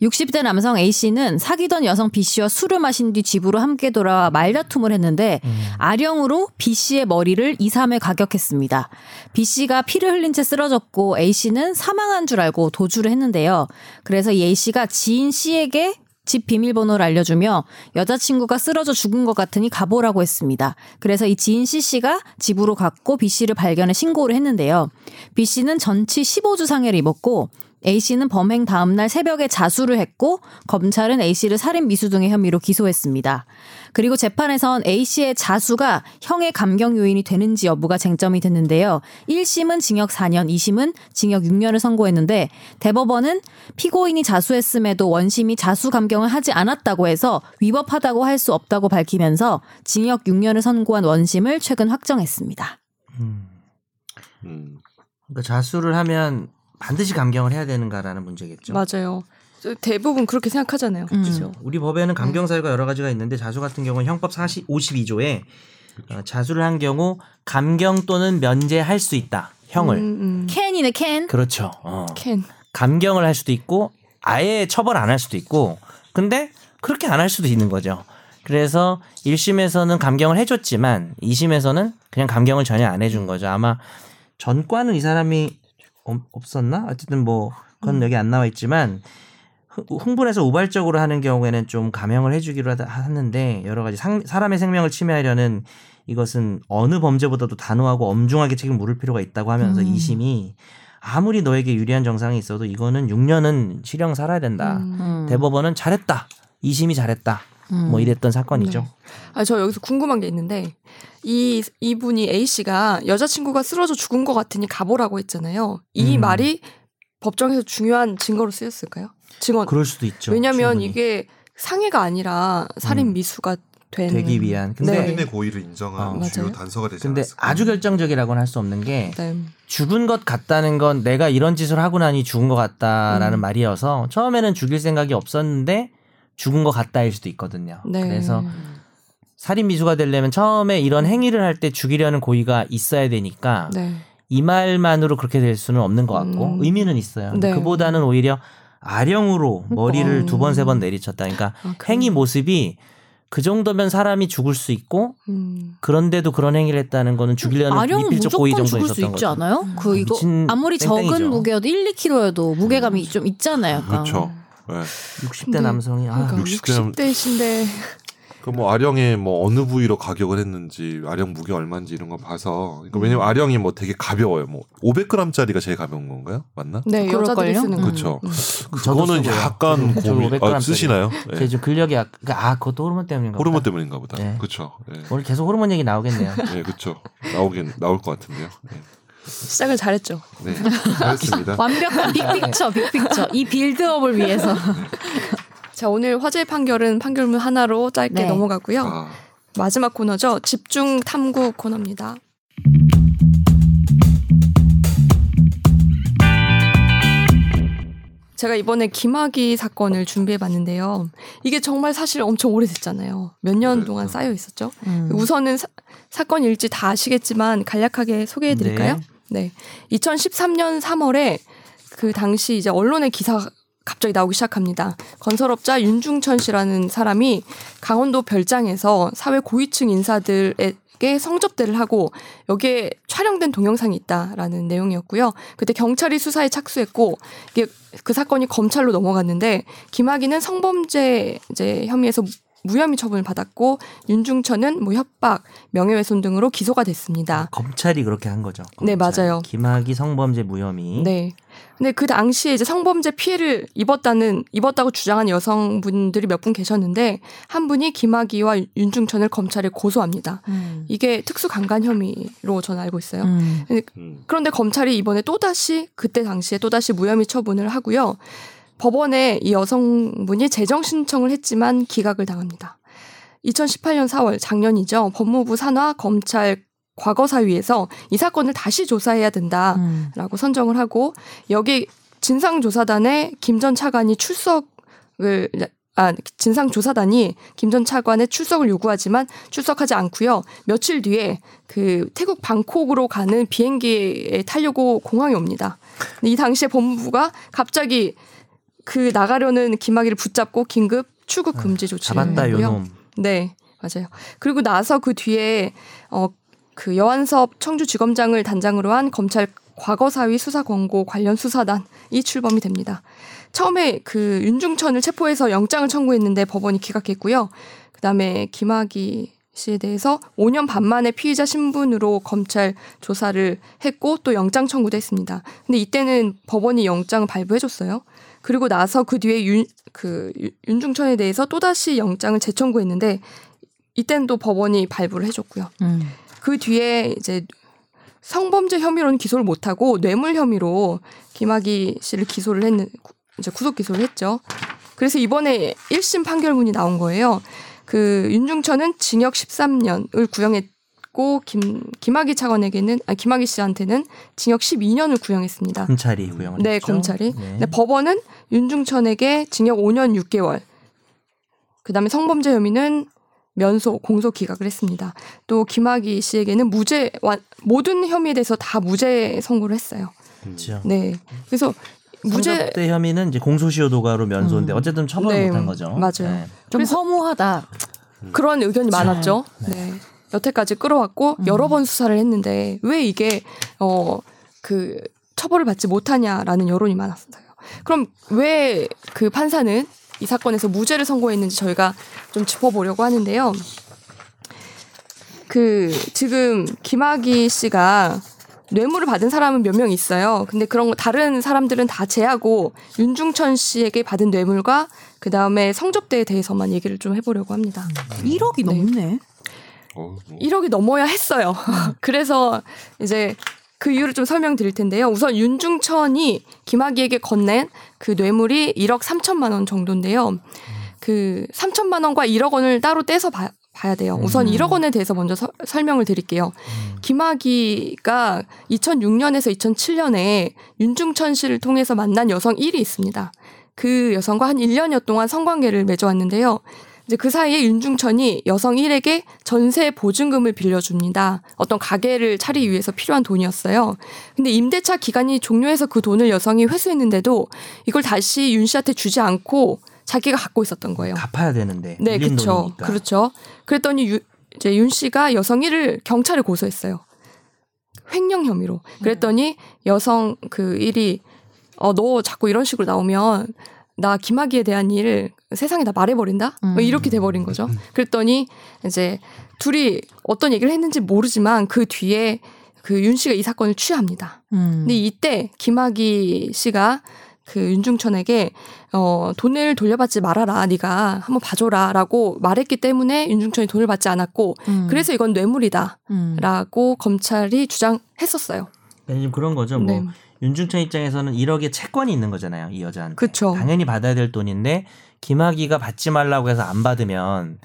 60대 남성 A씨는 사귀던 여성 B씨와 술을 마신 뒤 집으로 함께 돌아와 말다툼을 했는데 아령으로 B씨의 머리를 2, 3회 가격했습니다. B씨가 피를 흘린 채 쓰러졌고 A씨는 사망한 줄 알고 도주를 했는데요. 그래서 이 A씨가 지인 C에게 집 비밀번호를 알려주며 여자친구가 쓰러져 죽은 것 같으니 가보라고 했습니다. 그래서 이 지인 C씨가 집으로 갔고 B씨를 발견해 신고를 했는데요. B씨는 전치 15주 상해를 입었고 A씨는 범행 다음날 새벽에 자수를 했고 검찰은 A씨를 살인 미수 등의 혐의로 기소했습니다. 그리고 재판에선 A씨의 자수가 형의 감경 요인이 되는지 여부가 쟁점이 됐는데요. 1심은 징역 4년, 2심은 징역 6년을 선고했는데 대법원은 피고인이 자수했음에도 원심이 자수 감경을 하지 않았다고 해서 위법하다고 할 수 없다고 밝히면서 징역 6년을 선고한 원심을 최근 확정했습니다. 음. 그러니까 자수를 하면 반드시 감경을 해야 되는가라는 문제겠죠. 맞아요. 저 대부분 그렇게 생각하잖아요. 음. 그죠? 우리 법에는 감경 사유가 여러 가지가 있는데 자수 같은 경우는 형법 40, 52조에 어, 자수를 한 경우 감경 또는 면제할 수 있다. 형을. 음, 음. 캔이네 캔. 그렇죠. 어. 캔. 감경을 할 수도 있고 아예 처벌 안 할 수도 있고 근데 그렇게 안 할 수도 있는 거죠. 그래서 1심에서는 감경을 해줬지만 2심에서는 그냥 감경을 전혀 안 해준 거죠. 아마 전과는 이 사람이 없- 없었나? 어쨌든 뭐 그건 음. 여기 안 나와 있지만 흥- 흥분해서 우발적으로 하는 경우에는 좀 감형을 해주기로 하다- 하는데 여러 가지 상- 사람의 생명을 침해하려는 이것은 어느 범죄보다도 단호하고 엄중하게 책임 물을 필요가 있다고 하면서 음. 2심이 아무리 너에게 유리한 정상이 있어도 이거는 6년은 실형 살아야 된다. 음. 대법원은 잘했다. 2심이 잘했다. 음. 뭐 이랬던 사건이죠. 네. 아, 저 여기서 궁금한 게 있는데 이 이분이 A 씨가 여자친구가 쓰러져 죽은 것 같으니 가보라고 했잖아요. 이 음. 말이 법정에서 중요한 증거로 쓰였을까요? 증언. 그럴 수도 있죠. 어, 왜냐하면 그렇죠. 충분히. 이게 상해가 아니라 살인 음. 미수가 된 되기 위한. 근데 네. 살인의 고의를 인정한 어. 주요 맞아요. 단서가 되지 근데 않았을까. 아주 결정적이라고는 할 수 없는 게 음. 네. 죽은 것 같다는 건 내가 이런 짓을 하고 나니 죽은 것 같다라는 음. 말이어서 처음에는 죽일 생각이 없었는데 죽은 것 같다일 수도 있거든요. 네. 그래서 음. 살인 미수가 되려면 처음에 이런 행위를 할 때 죽이려는 고의가 있어야 되니까 네. 이 말만으로 그렇게 될 수는 없는 것 같고 음. 의미는 있어요. 근데 네. 그보다는 오히려 아령으로 머리를 그러니까. 두 번 세 번 내리쳤다. 그러니까 아, 그럼- 행위 모습이 그 정도면 사람이 죽을 수 있고 음. 그런데도 그런 행위를 했다는 거는 죽이려는 아령 미필적 고의 정도 무조건 죽을 수 있었던 있지 거죠. 음. 않아요? 그 이거 미친 아무리 적은 땡땡이죠. 음. 무게여도 1, 2kg여도 무게감이 좀 있잖아요. 약간. 그렇죠. 네. 60대 근데 남성이 아, 그러니까 60 60대이신데 그뭐 아령에 뭐 어느 부위로 가격을 했는지 아령 무게 얼마인지 이런 거 봐서 그러니까 음. 왜냐면 아령이 뭐 되게 가벼워요. 뭐 500g짜리가 제일 가벼운 건가요? 맞나? 네 여자들이 그럴걸요? 쓰는 거. 그렇죠. 음. 음. 저도 그거는 쓰고요. 약간 저도 고민. 500g 아, 쓰시나요? 예. 제 지금 근력이 약, 그러니까 아 그것도 호르몬 때문인가 보다. 호르몬 때문인가 보다. 네. 그렇죠. 예. 오늘 계속 호르몬 얘기 나오겠네요. 예, 그렇죠. 나오긴 나올 것 같은데요. 시작을 잘했죠. 네, 네. 알겠습니다. 아, 완벽한 빅픽처, 빅픽처. 이 빌드업을 위해서. 자 오늘 화제 판결은 판결문 하나로 짧게 네. 넘어갔고요. 아, 마지막 코너죠. 집중 탐구 코너입니다. 제가 이번에 김학의 사건을 준비해 봤는데요. 이게 정말 사실 엄청 오래됐잖아요. 몇 년 오래됐죠. 동안 쌓여 있었죠. 음. 우선은 사, 건일지다 아시겠지만 간략하게 소개해 드릴까요? 네. 2013년 3월에 그 당시 이제 언론의 기사 갑자기 나오기 시작합니다. 건설업자 윤중천 씨라는 사람이 강원도 별장에서 사회 고위층 인사들에게 성접대를 하고 여기에 촬영된 동영상이 있다라는 내용이었고요. 그때 경찰이 수사에 착수했고 이게 그 사건이 검찰로 넘어갔는데 김학의는 성범죄 이제 혐의에서 무혐의 처분을 받았고 윤중천은 뭐 협박, 명예훼손 등으로 기소가 됐습니다. 검찰이 그렇게 한 거죠. 아. 네, 검찰. 맞아요. 김학의 성범죄 무혐의. 네. 근데 그 당시에 이제 성범죄 피해를 입었다는 입었다고 주장한 여성분들이 몇 분 계셨는데 한 분이 김학의와 윤- 윤중천을 검찰에 고소합니다. 음. 이게 특수 강간 혐의로 저는 알고 있어요. 음. 음. 그런데 검찰이 이번에 또다시 그때 당시에 또다시 무혐의 처분을 하고요. 법원에 이 여성분이 재정 신청을 했지만 기각을 당합니다. 2018년 4월 작년이죠. 법무부 산하 검찰 과거사위에서 이 사건을 다시 조사해야 아. 된다라고 음. 선정을 하고 여기 진상조사단에 김 전 차관이 출석을 아 진상조사단이 김 전 차관의 출석을 요구하지만 출석하지 않고요. 며칠 뒤에 그 태국 방콕으로 가는 비행기에 타려고 공항에 옵니다. 근데 이 당시에 법무부가 갑자기 그 나가려는 김학의를 붙잡고 긴급 출국 금지 조치를 잡았다 했고요. 요놈. 네, 맞아요. 그리고 나서 그 뒤에 어 그 여한섭 청주지검장을 단장으로 한 검찰 과거사위 수사 권고 관련 수사단이 출범이 됩니다. 처음에 그 윤중천을 체포해서 영장을 청구했는데 법원이 기각했고요. 그다음에 김학의 씨에 대해서 5년 반 만에 피의자 신분으로 검찰 조사를 했고 또 영장 청구도 했습니다. 근데 이때는 법원이 영장을 발부해줬어요. 그리고 나서 그 뒤에 윤, 그 유- 윤중천에 대해서 또다시 영장을 재청구했는데 이때는 또 법원이 발부를 해줬고요. 음. 그 뒤에 이제 성범죄 혐의로는 기소를 못하고 뇌물 혐의로 김학의 씨를 기소를 했는 이제 구속 기소를 했죠. 그래서 이번에 1심 판결문이 나온 거예요. 그 윤중천은 징역 13년을 구형했고 김 김학의 차관에게는 아 김학의 씨한테는 징역 12년을 구형했습니다. 검찰이 구형을 네, 했죠. 검찰이. 네. 근데 법원은 윤중천에게 징역 5년 6개월. 그다음에 성범죄 혐의는 면소 공소 기각을 했습니다. 또 김학의 씨에게는 무죄 완- 모든 혐의에 대해서 다 무죄 선고를 했어요. 그렇죠. 네. 그래서 무죄 상속대 혐의는 이제 공소시효 도가로 면소인데 어쨌든 처벌 을 네, 못한 거죠. 맞아요. 네. 좀 허무하다. 그런 의견이 많았죠. 네. 여태까지 끌어왔고 여러 번 수사를 했는데 왜 이게 어 그 처벌을 받지 못하냐라는 여론이 많았어요. 그럼 왜 그 판사는 이 사건에서 무죄를 선고했는지 저희가 좀 짚어보려고 하는데요. 그 지금 김학의 씨가 뇌물을 받은 사람은 몇 명 있어요. 근데 그런 거 다른 사람들은 다 제하고 윤중천 씨에게 받은 뇌물과 그 다음에 성접대에 대해서만 얘기를 좀 해보려고 합니다. 음. 1억이 넘네. 어우, 뭐. 1억이 넘어야 했어요. 그래서 이제 그 이유를 좀 설명드릴 텐데요. 우선 윤중천이 김학의에게 건넨 그 뇌물이 1억 3천만 원 정도인데요. 그 3천만 원과 1억 원을 따로 떼서 봐, 야 돼요. 우선 1억 원에 대해서 먼저 서- 설명을 드릴게요. 김학의가 2006년에서 2007년에 윤중천 씨를 통해서 만난 여성 1이 있습니다. 그 여성과 한 1년여 동안 성관계를 맺어왔는데요. 이제 그 사이에 윤중천이 여성 1에게 전세 보증금을 빌려줍니다. 어떤 가게를 차리기 위해서 필요한 돈이었어요. 근데 임대차 기간이 종료해서 그 돈을 여성이 회수했는데도 이걸 다시 윤 씨한테 주지 않고 자기가 갖고 있었던 거예요. 갚아야 되는데 네, 밀린 그렇죠. 돈이니까. 그렇죠. 그랬더니 유, 이제 윤 씨가 여성 1을 경찰에 고소했어요. 횡령 혐의로. 그랬더니 여성 그 1이 어, 너 자꾸 이런 식으로 나오면 나 김학의에 대한 일을 세상에 다 말해버린다? 뭐 음. 이렇게 돼버린 거죠. 그랬더니 이제 둘이 어떤 얘기를 했는지 모르지만 그 뒤에 그 윤 씨가 이 사건을 취합니다. 음. 근데 이때 김학의 씨가 그 윤중천에게 어 돈을 돌려받지 말아라 네가 한번 봐줘라라고 말했기 때문에 윤중천이 돈을 받지 않았고 음. 그래서 이건 뇌물이다라고 음. 검찰이 주장했었어요. 그러니까 지금 그런 거죠. 네. 뭐 윤중천 입장에서는 1억의 채권이 있는 거잖아요. 이 여자한테. 그쵸. 당연히 받아야 될 돈인데 김학의가 받지 말라고 해서 안 받으면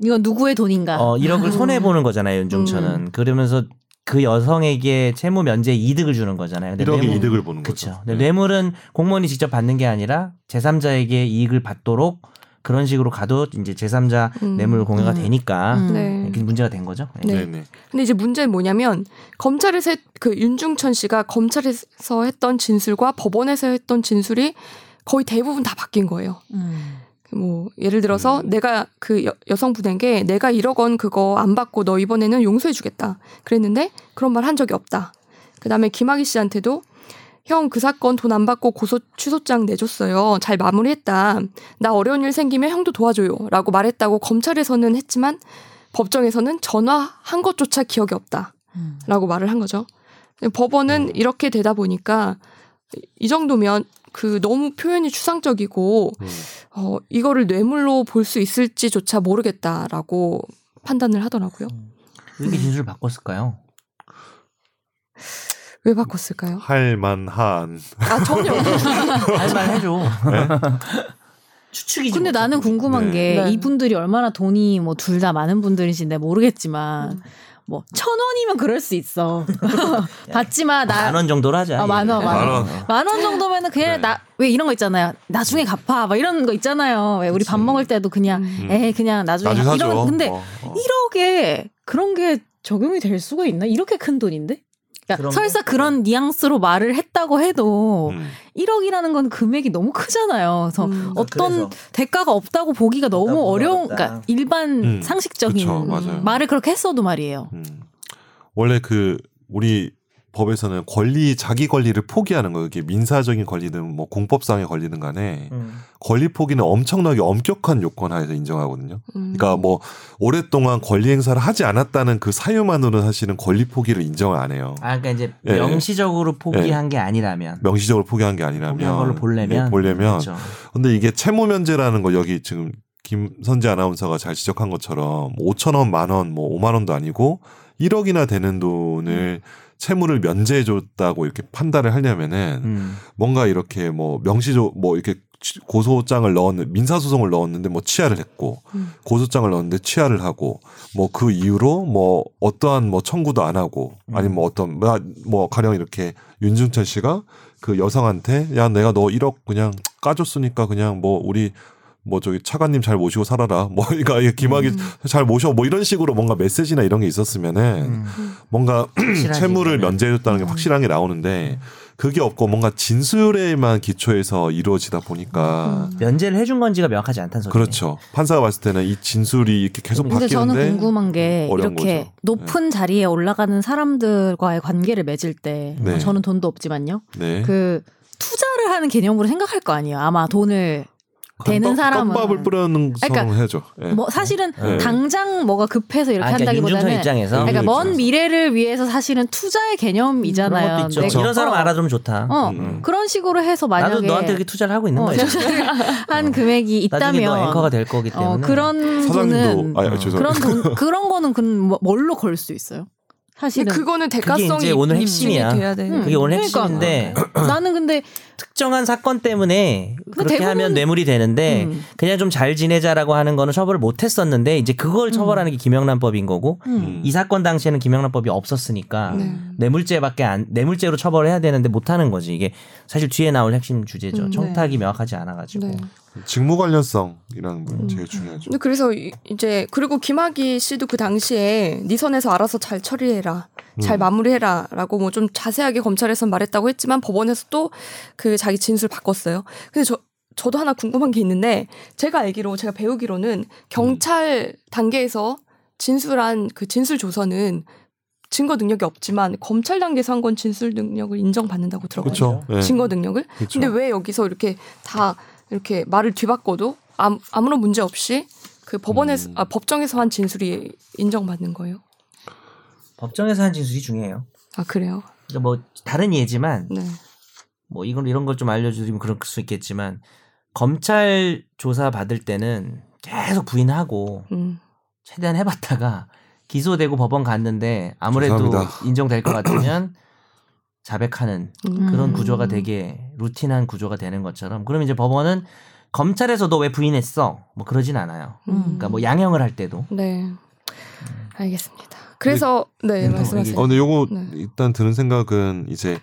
이건 누구의 돈인가? 어 1억을 손해 보는 거잖아요. 윤중천은. 음. 그러면서 그 여성에게 채무 면제 이득을 주는 거잖아요. 근데 1억의 뇌물- 이득을 보는 그렇죠. 거죠. 네. 근데 뇌물은 공무원이 직접 받는 게 아니라 제3자에게 이익을 받도록 그런 식으로 가도 이제 제3자 음. 뇌물 공여가 음. 되니까 음. 네. 이게 문제가 된 거죠. 예. 네. 네. 네. 근데 이제 문제는 뭐냐면 검찰에서 했- 그 윤중천 씨가 검찰에서 했던 진술과 법원에서 했던 진술이 거의 대부분 다 바뀐 거예요. 음. 뭐 예를 들어서 음. 내가 그 여, 여성분에게 내가 1억 원 그거 안 받고 너 이번에는 용서해 주겠다 그랬는데 그런 말 한 적이 없다 그다음에 김학의 씨한테도 형 그 사건 돈 안 받고 고소 취소장 내줬어요 잘 마무리했다 나 어려운 일 생기면 형도 도와줘요라고 말했다고 검찰에서는 했지만 법정에서는 전화한 것조차 기억이 없다라고 음. 말을 한 거죠 법원은 이렇게 되다 보니까 이- 이 정도면 그 너무 표현이 추상적이고 음. 어, 이거를 뇌물로 볼 수 있을지조차 모르겠다라고 판단을 하더라고요. 왜 이렇게 진술을 바꿨을까요? 왜 바꿨을까요? 할만한 아, 전혀. 할말 해줘. 추측이지. 근데 뭐. 나는 궁금한 네. 게 네. 이분들이 얼마나 돈이 뭐 둘 다 많은 분들이신데 모르겠지만 음. 뭐 천 원이면 그럴 수 있어. 네. 받지 마. 나 만원 정도로 하자. 아, 만 원, 만 원. 만 원 정도면은 그냥 네. 나 왜 이런 거 있잖아요. 나중에 갚아. 막 이런 거 있잖아요. 왜 우리 밥 먹을 때도 그냥 음. 에이 그냥 나중에 나중에 갚- 사죠. 네, 이런 근데 어, 어. 1억에 그런 게 적용이 될 수가 있나? 이렇게 큰 돈인데? 그러니까 그럼요. 설사 그런 뉘앙스로 말을 했다고 해도 음. 1억이라는 건 금액이 너무 크잖아요. 그래서 음. 어떤 그래서. 대가가 없다고 보기가 없다, 너무 보기가 어려운, 어렵다. 그러니까 일반 음, 상식적인 그쵸, 맞아요. 말을 그렇게 했어도 말이에요. 음. 원래 그 우리 법에서는 권리 자기 권리를 포기하는 거 이게 민사적인 권리든 뭐 공법상의 권리든 간에 음. 권리 포기는 엄청나게 엄격한 요건 하에서 인정하거든요. 음. 그러니까 뭐 오랫동안 권리 행사를 하지 않았다는 그 사유만으로는 사실은 권리 포기를 인정을 안 해요. 아, 그러니까 이제 예. 명시적으로 포기한 게 아니라면. 명시적으로 포기한 게 포기한 걸로 아니라면 보려면. 네, 보려면 그렇죠. 근데 이게 채무 면제라는 거 여기 지금 김선재 아나운서가 잘 지적한 것처럼 5천 원, 만 원, 뭐 5만 원도 아니고 1억이나 되는 돈을 채무를 면제해 줬다고 이렇게 판단을 하려면은 음. 뭔가 이렇게 뭐 명시조 뭐 이렇게 취- 고소장을 넣었는 민사 소송을 넣었는데 뭐 취하를 했고 음. 고소장을 넣었는데 취하를 하고 뭐 그 이후로 뭐 어떠한 뭐 청구도 안 하고 음. 아니면 뭐 어떤 나- 뭐 가령 이렇게 윤중천 씨가 그 여성한테 야 내가 너 1억 그냥 까줬으니까 그냥 뭐 우리 뭐 저기 차관님 잘 모시고 살아라 뭐 그러니까 이게 김학이 잘 모셔 뭐 이런 식으로 뭔가 메시지나 이런 게 있었으면은 음. 뭔가 확실하지, 예. 채무를 그러면. 음. 면제해줬다는 게 확실한 게 나오는데 그게 없고 뭔가 진술에만 기초해서 이루어지다 보니까 음. 면제를 해준 건지가 명확하지 않다는 소리. 그렇죠. 판사가 봤을 때는 이 진술이 이렇게 계속 근데 바뀌는데 음, 저는 궁금한 게 어려운 이렇게 거죠. 음. 높은 자리에 올라가는 사람들과의 관계를 맺을 때뭐 네. 저는 돈도 없지만요. 네. 그 투자를 하는 개념으로 생각할 거 아니에요. 아마 돈을 되는 사람은 떡밥을 뿌려는 그러니까 사람은 해줘. 예. 뭐 사실은 네. 당장 뭐가 급해서 이렇게 아, 그러니까 윤종선 한다기보다는 입장에서 그러니까 음. 먼 미래를 위해서 사실은 투자의 개념이잖아요. 그런 것도 있죠. 근데 이런 사람 그거- 알아주면 좋다. 어 음. 그런 식으로 해서 만약에 나도 너한테 이렇게 투자를 하고 있는 어, 거야. 이제. 한 금액이 나중에 너 앵커가 있다면 될 거기 때문에. 어, 그런 돈은 사장님도 아 음. 죄송해요. 그런 돈 그런 거는 그 뭘로 걸 수 있어요? 사실은 근데 그거는 대가성이 이제 입증이 오늘 핵심이야. 돼야 돼. 음. 그게 오늘 그러니까. 어, 핵심인데 네. 나는 근데 특정한 사건 때문에 그렇게 대부분- 하면 뇌물이 되는데 음. 그냥 좀 잘 지내자라고 하는 거는 처벌을 못 했었는데 이제 그걸 처벌하는 게 김영란법인 거고 음. 이 사건 당시에는 김영란법이 없었으니까 네. 뇌물죄밖에 안네 뇌물죄로 처벌해야 되는데 못 하는 거지 이게 사실 뒤에 나올 핵심 주제죠 음, 네. 청탁이 명확하지 않아 가지고 네. 직무 관련성이라는 음. 부분 제일 중요하죠. 네. 근데 그래서 이- 이제 그리고 김학의 씨도 그 당시에 네 선에서 알아서 잘 처리해라, 잘 마무리해라라고 뭐 좀 자세하게 검찰에서 말했다고 했지만 법원에서 또 그 자기 진술 바꿨어요. 근데 저 저도 하나 궁금한 게 있는데 제가 알기로 제가 배우기로는 경찰 단계에서 진술한 그 진술 조서는 증거 능력이 없지만 검찰 단계에서 한 건 진술 능력을 인정받는다고 들었거든요. 그렇죠. 예. 그렇죠. 증거 능력을. 그쵸. 근데 왜 여기서 이렇게 다 이렇게 말을 뒤바꿔도 아무, 아무런 문제 없이 그 법원에서 음. 아, 법정에서 한 진술이 인정받는 거예요? 법정에서 한 진술이 중요해요. 아 그래요? 그러니까 뭐 다른 예지만 네. 뭐 이건 이런 걸 좀 알려주면 그럴 수 있겠지만 검찰 조사 받을 때는 계속 부인하고 음. 최대한 해봤다가 기소되고 법원 갔는데 아무래도 죄송합니다. 인정될 것 같으면 자백하는 음. 그런 음. 구조가 되게 루틴한 구조가 되는 것처럼 그럼 이제 법원은 검찰에서 너 왜 부인했어 뭐 그러진 않아요. 그러니까 뭐 양형을 할 때도 음. 네. 알겠습니다. 그래서 네 음, 말씀하세요. 어, 근데 요거 네. 일단 드는 생각은 이제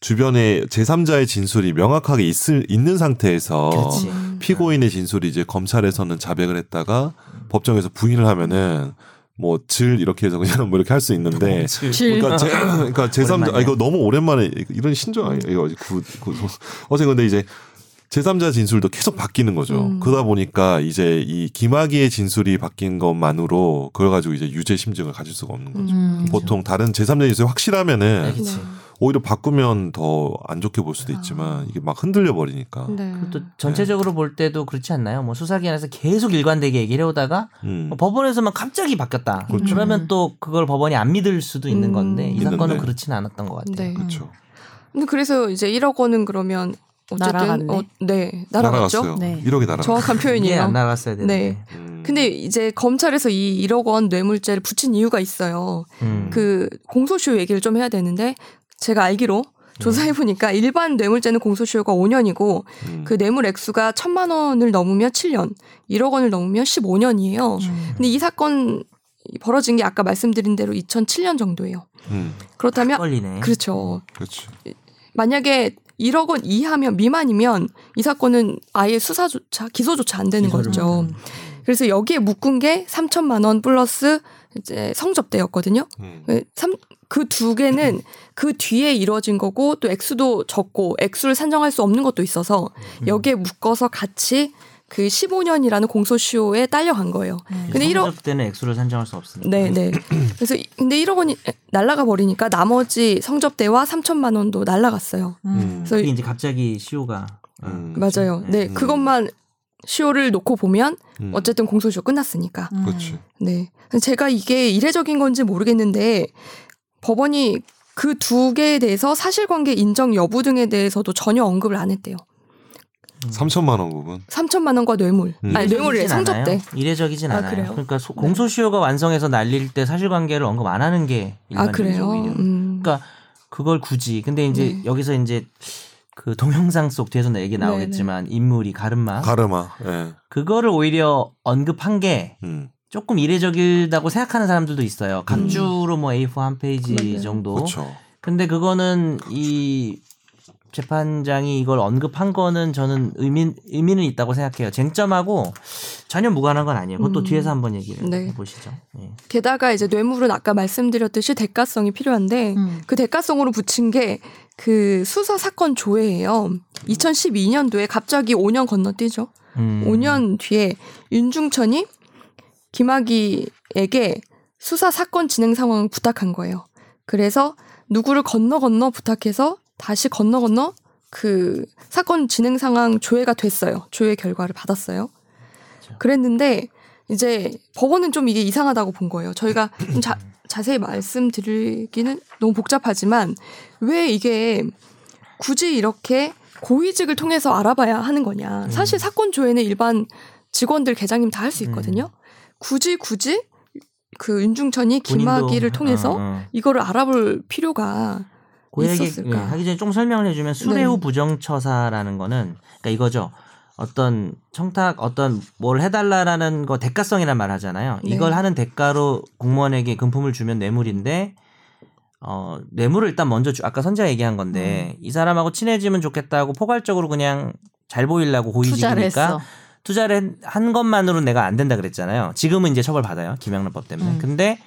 주변에 제3자의 진술이 명확하게 있, 있는 상태에서 그렇지. 음. 어, 피고인의 진술이 이제 검찰에서는 자백을 했다가 법정에서 부인을 하면은 뭐 질 이렇게 해서 그냥 뭐 이렇게 할 수 있는데 음. 그러니까 제 그러니까 제3자 아, 이거 너무 오랜만에 이런 신조 아니 이거 구, 구, 어제 근데 이제 제3자 진술도 계속 바뀌는 거죠. 음. 그러다 보니까 이제 이 김학의의 진술이 바뀐 것만으로 그걸 가지고 이제 유죄 심증을 가질 수가 없는 거죠. 음. 보통 다른 제3자 진술이 확실하면은 네. 그치. 오히려 바꾸면 더 안 좋게 볼 수도 있지만 이게 막 흔들려 버리니까. 네. 또 전체적으로 볼 때도 그렇지 않나요? 뭐 수사기관에서 계속 일관되게 얘기를 해오다가 음. 뭐 법원에서만 갑자기 바뀌었다. 그 그렇죠. 러면또 그걸 법원이 안 믿을 수도 있는 음. 건데 이 있는데. 사건은 그렇지는 않았던 것 같아요. 네. 그렇죠. 근데 그래서 이제 1억 원은 그러면 어쨌든 날아갔네. 어, 네 날아갔죠. 날아갔어요. 네. 1억이 날아갔 정확한 이게 표현이에요. 네. 안 나갔어야 되는데. 음. 근데 이제 검찰에서 이 1억 원 뇌물죄를 붙인 이유가 있어요. 음. 그 공소시효 얘기를 좀 해야 되는데 제가 알기로 조사해 보니까 일반 뇌물죄는 공소시효가 5년이고 음. 그 뇌물 액수가 1천만 원을 넘으면 7년, 1억 원을 넘으면 15년이에요. 음. 근데 이 사건 벌어진 게 아까 말씀드린 대로 2007년 정도예요. 음. 그렇다면 걸리네. 그렇죠. 그렇지. 만약에 1억 원 이하면 미만이면 이 사건은 아예 수사조차 기소조차 안 되는 기소를 거죠. 그래서 여기에 묶은 게 3천만 원 플러스 이제 성접대였거든요. 음. 그 두 개는 그 뒤에 이루어진 거고 또 액수도 적고 액수를 산정할 수 없는 것도 있어서 음. 여기에 묶어서 같이 그 15년이라는 공소시효에 딸려간 거예요. 음. 근데 1억 성적 때는 액수를 산정할 수 없으니까. 음. 네, 네. 그래서 이- 근데 1억 원이 날라가 버리니까 나머지 성접대와 3천만 원도 날라갔어요. 음. 그래서 이게 이제 갑자기 시효가 음. 맞아요. 네, 음. 그것만 시효를 놓고 보면 음. 어쨌든 공소시효 끝났으니까. 음. 그렇지. 네. 제가 이게 이례적인 건지 모르겠는데 법원이 그 두 개에 대해서 사실관계 인정 여부 등에 대해서도 전혀 언급을 안 했대요. 3천만 원 부분. 3천만 원과 뇌물. 음. 아니, 뇌물이래. 성접대. 않아요. 이례적이진 아, 않아요. 그래요? 그러니까 소- 공소시효가 완성해서 날릴 때 사실관계를 언급 안 하는 게 아, 일반적이죠. 그래요? 오히려. 음. 그러니까 그걸 굳이 근데 이제 네. 여기서 이제 그 동영상 속 뒤에서 얘기 나오겠지만 네. 인물이 가르마 가르마. 예. 그거를 오히려 언급한 게 음. 조금 이례적이라고 생각하는 사람들도 음. 있어요. 각주로 뭐 A4 한 페이지 맞아요. 정도. 그렇죠. 근데 그거는 이 재판장이 이걸 언급한 거는 저는 의미 의미는 있다고 생각해요. 쟁점하고 전혀 무관한 건 아니에요. 그것도 뒤에서 한번 얘기를 음. 네. 해보시죠. 예. 게다가 이제 뇌물은 아까 말씀드렸듯이 대가성이 필요한데 음. 음. 그 대가성으로 붙인 게 그 수사 사건 조회예요. 2012년도에 갑자기 5년 건너뛰죠. 음. 5년 뒤에 윤중천이 김학이에게 수사 사건 진행 상황을 부탁한 거예요. 그래서 누구를 건너 건너 부탁해서 다시 건너 건너 그 사건 진행 상황 조회가 됐어요. 조회 결과를 받았어요. 그랬는데 이제 법원은 좀 이게 이상하다고 본 거예요. 저희가 좀 자, 자세히 말씀드리기는 너무 복잡하지만 왜 이게 굳이 이렇게 고위직을 통해서 알아봐야 하는 거냐. 음. 사실 사건 조회는 일반 직원들 계장님 다 할 수 있거든요. 굳이 굳이 그 윤중천이 본인도- 김학의를 통해서 어, 어. 이거를 알아볼 필요가 그 얘기 있었을까? 예, 하기 전에 좀 설명을 해주면 수레후 네. 부정처사라는 거는 그러니까 이거죠. 어떤 청탁 어떤 뭘 해달라라는 거 대가성이란 말 하잖아요. 네. 이걸 하는 대가로 공무원에게 금품을 주면 뇌물인데 어 뇌물을 일단 먼저 주, 아까 선재가 얘기한 음. 건데 이 사람하고 친해지면 좋겠다고 포괄적으로 그냥 잘 보이려고 투자를 고위직이니까 했어. 투자를 한- 한 것만으로는 내가 안 된다 그랬잖아요. 지금은 이제 처벌 받아요. 김영란법 때문에. 음. 근데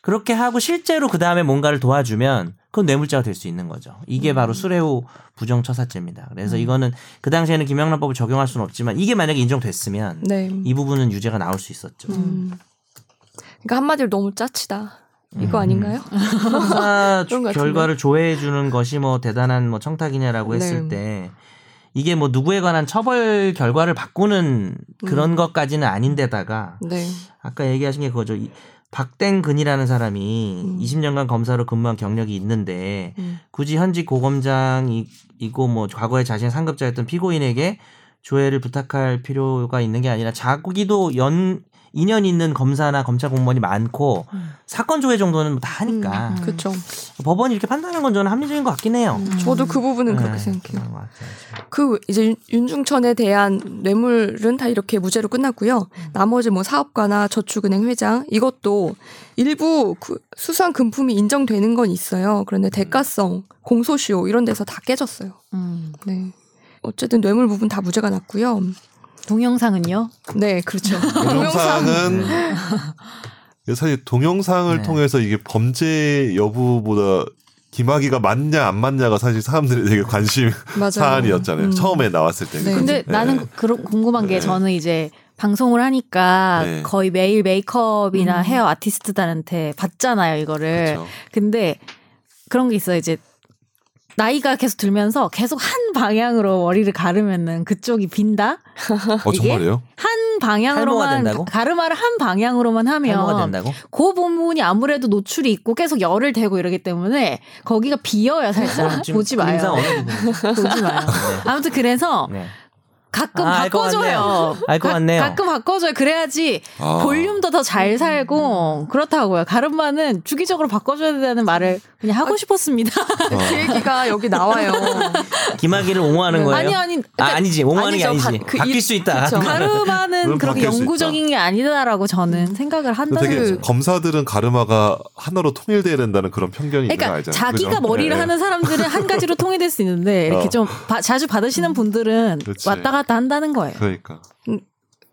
그렇게 하고 실제로 그 다음에 뭔가를 도와주면 그건 뇌물자가 될 수 있는 거죠. 이게 음. 바로 수레후 부정처사죄입니다. 그래서 이거는 그 당시에는 김영란법을 적용할 수는 없지만 이게 만약에 인정됐으면 네. 이 부분은 유죄가 나올 수 있었죠. 음. 그러니까 한마디로 너무 짜치다. 음. 이거 아닌가요? 수사 그런 것 같은데. 결과를 조회해 주는 것이 뭐 대단한 뭐 청탁이냐라고 했을 네. 때 이게 뭐 누구에 관한 처벌 결과를 바꾸는 그런 음. 것까지는 아닌데다가 네. 아까 얘기하신 게 그거죠. 이 박땡근이라는 사람이 20년간 검사로 근무한 경력이 있는데 음. 굳이 현직 고검장이고 뭐 과거에 자신의 상급자였던 피고인에게 조회를 부탁할 필요가 있는 게 아니라 자기도 연 인연 있는 검사나 검찰 공무원이 많고 사건 조회 정도는 뭐 다 하니까 그렇죠. 법원이 이렇게 판단하는 건 저는 합리적인 것 같긴 해요. 저도 그 부분은 그렇게 네, 생각해요. 그런 것 같아요, 지금. 그 이제 윤- 윤중천에 대한 뇌물은 다 이렇게 무죄로 끝났고요. 음. 나머지 뭐 사업가나 저축은행 회장 이것도 일부 그 수상 금품이 인정되는 건 있어요. 음. 그런데 대가성, 공소시효 이런 데서 다 깨졌어요. 음. 네. 어쨌든 뇌물 부분 다 무죄가 났고요. 동영상은요? 네, 그렇죠. 음. 동영상은 그 사실 동영상을 네. 통해서 이게 범죄 여부보다 김학의가 맞냐 안 맞냐가 사실 사람들이 되게 관심 맞아요. 사안이었잖아요. 음. 처음에 나왔을 때. 네. 근데 네. 나는 그러, 궁금한 게 네. 저는 이제 방송을 하니까 네. 거의 매일 메이크업이나 음. 헤어 아티스트들한테 받잖아요, 이거를. 그렇죠. 근데 그런 게 있어요. 이제 나이가 계속 들면서 계속 한 방향으로 머리를 가르면은 그쪽이 빈다. 네. 어 정말이에요? 한 탈모가 방향으로만 된다고? 가- 가르마를 한 방향으로만 탈모가 하면 된다고? 그 부분이 아무래도 노출이 있고 계속 열을 대고 이러기 때문에 거기가 비어요 살짝 지금 보지 마요 임상 어느 부분이죠? 보지 마요 아무튼 그래서 네. 가끔 아, 알것 바꿔줘요 같네요. 알것 가- 같네요. 가끔 바꿔줘요 그래야지 아. 볼륨도 더 잘 음. 살고 그렇다고요 가르마는 주기적으로 바꿔줘야 된다는 말을 그냥 아, 하고 싶었습니다 그 얘기가 여기 나와요. 김학의를 옹호하는 거예요? 아니 아니 아, 그러니까 아니지 옹호하는 게 아니죠. 아니지 가- 그 바뀔 일- 수 있다 그쵸. 가르마는 물론 그렇게 바뀔 수 있다. 영구적인 게 아니다라고 저는 생각을 한다는 되게 거죠. 검사들은 가르마가 하나로 통일돼야 된다는 그런 편견이 있는 거 그러니까 알잖아요. 자기가 그죠? 머리를 네. 하는 사람들은 한 가지로 통일될 수 있는데 이렇게 어. 좀 바- 자주 받으시는 음. 분들은 그렇지. 왔다 갔다 한다는 거예요. 그러니까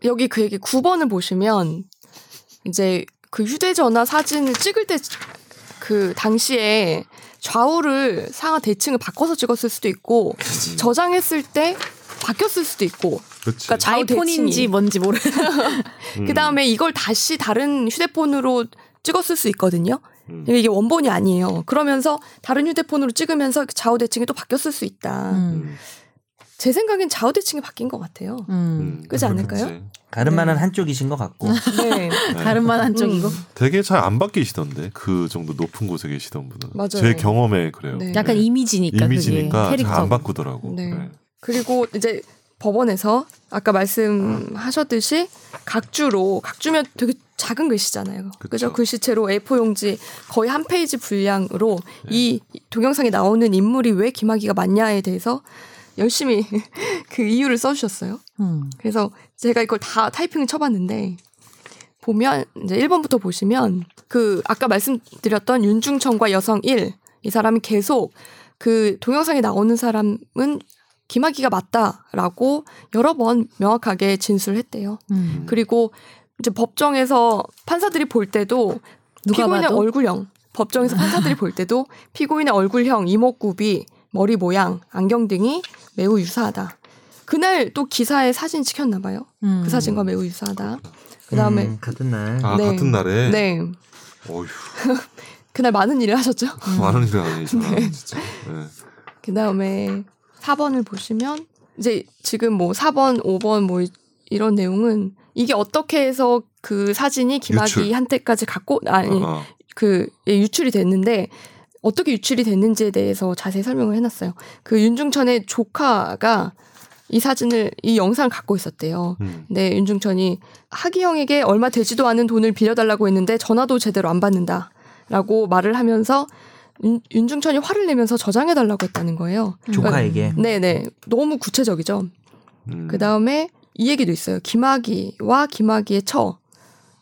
여기 그 얘기 9번을 보시면 이제 그 휴대전화 사진을 찍을 때 그 당시에 좌우를 상하 대칭을 바꿔서 찍었을 수도 있고 저장했을 때 바뀌었을 수도 있고 그렇지. 그러니까 좌우 아이폰인지 대칭이 뭔지 모르. 음. 그다음에 이걸 다시 다른 휴대폰으로 찍었을 수 있거든요. 음. 이게 원본이 아니에요. 그러면서 다른 휴대폰으로 찍으면서 그 좌우 대칭이 또 바뀌었을 수 있다. 음. 음. 제 생각엔 좌우 대칭이 바뀐 것 같아요. 음. 음. 그렇지 않을까요? 그렇지. 음. 가르마는 한쪽이신 것 같고 네. 다른만 한쪽이고 음. 되게 잘 안 바뀌시던데 그 정도 높은 곳에 계시던 분은 맞아요. 제 경험에 그래요. 네. 약간 네. 이미지니까 이미지니까 그게 잘 안 캐릭터. 바꾸더라고. 네. 네. 그리고 이제 법원에서 아까 말씀하셨듯이 각주로 각주면 되게 작은 글씨잖아요. 그쵸. 그죠? 글씨체로 A4 용지 거의 한 페이지 분량으로 이 동영상에 나오는 인물이 왜 김학의가 맞냐에 대해서 열심히 그 이유를 써주셨어요. 음. 그래서 제가 이걸 다 타이핑을 쳐봤는데 보면 이제 1번부터 보시면 그 아까 말씀드렸던 윤중천과 여성 1 이 사람이 계속 그 동영상에 나오는 사람은 김학의가 맞다라고 여러 번 명확하게 진술했대요. 음. 그리고 이제 법정에서 판사들이 볼 때도 누가 피고인의 봐도 얼굴형 법정에서 판사들이 볼 때도 피고인의 얼굴형, 이목구비, 머리 모양, 안경 등이 매우 유사하다. 그날 또 기사에 사진 찍혔나 봐요. 음. 그 사진과 매우 유사하다. 그다음에 음, 같은 날. 아 네. 같은 날에 네. 어휴 그날 많은 일을 하셨죠. 많은 일을 안 해주나 진짜. 네. 그 다음에 4번을 보시면 이제 지금 뭐 4번, 5번 뭐 이- 이런 내용은 이게 어떻게 해서 그 사진이 김학의한테까지 갖고 아니 어, 어. 그 예, 유출이 됐는데 어떻게 유출이 됐는지에 대해서 자세히 설명을 해놨어요. 그 윤중천의 조카가 이 사진을 이 영상을 갖고 있었대요. 음. 네, 윤중천이 하기형에게 얼마 되지도 않은 돈을 빌려달라고 했는데 전화도 제대로 안 받는다라고 말을 하면서 윤, 윤중천이 화를 내면서 저장해달라고 했다는 거예요. 조카에게. 네, 네, 너무 구체적이죠. 음. 그 다음에 이 얘기도 있어요. 김학이와 김학이의 처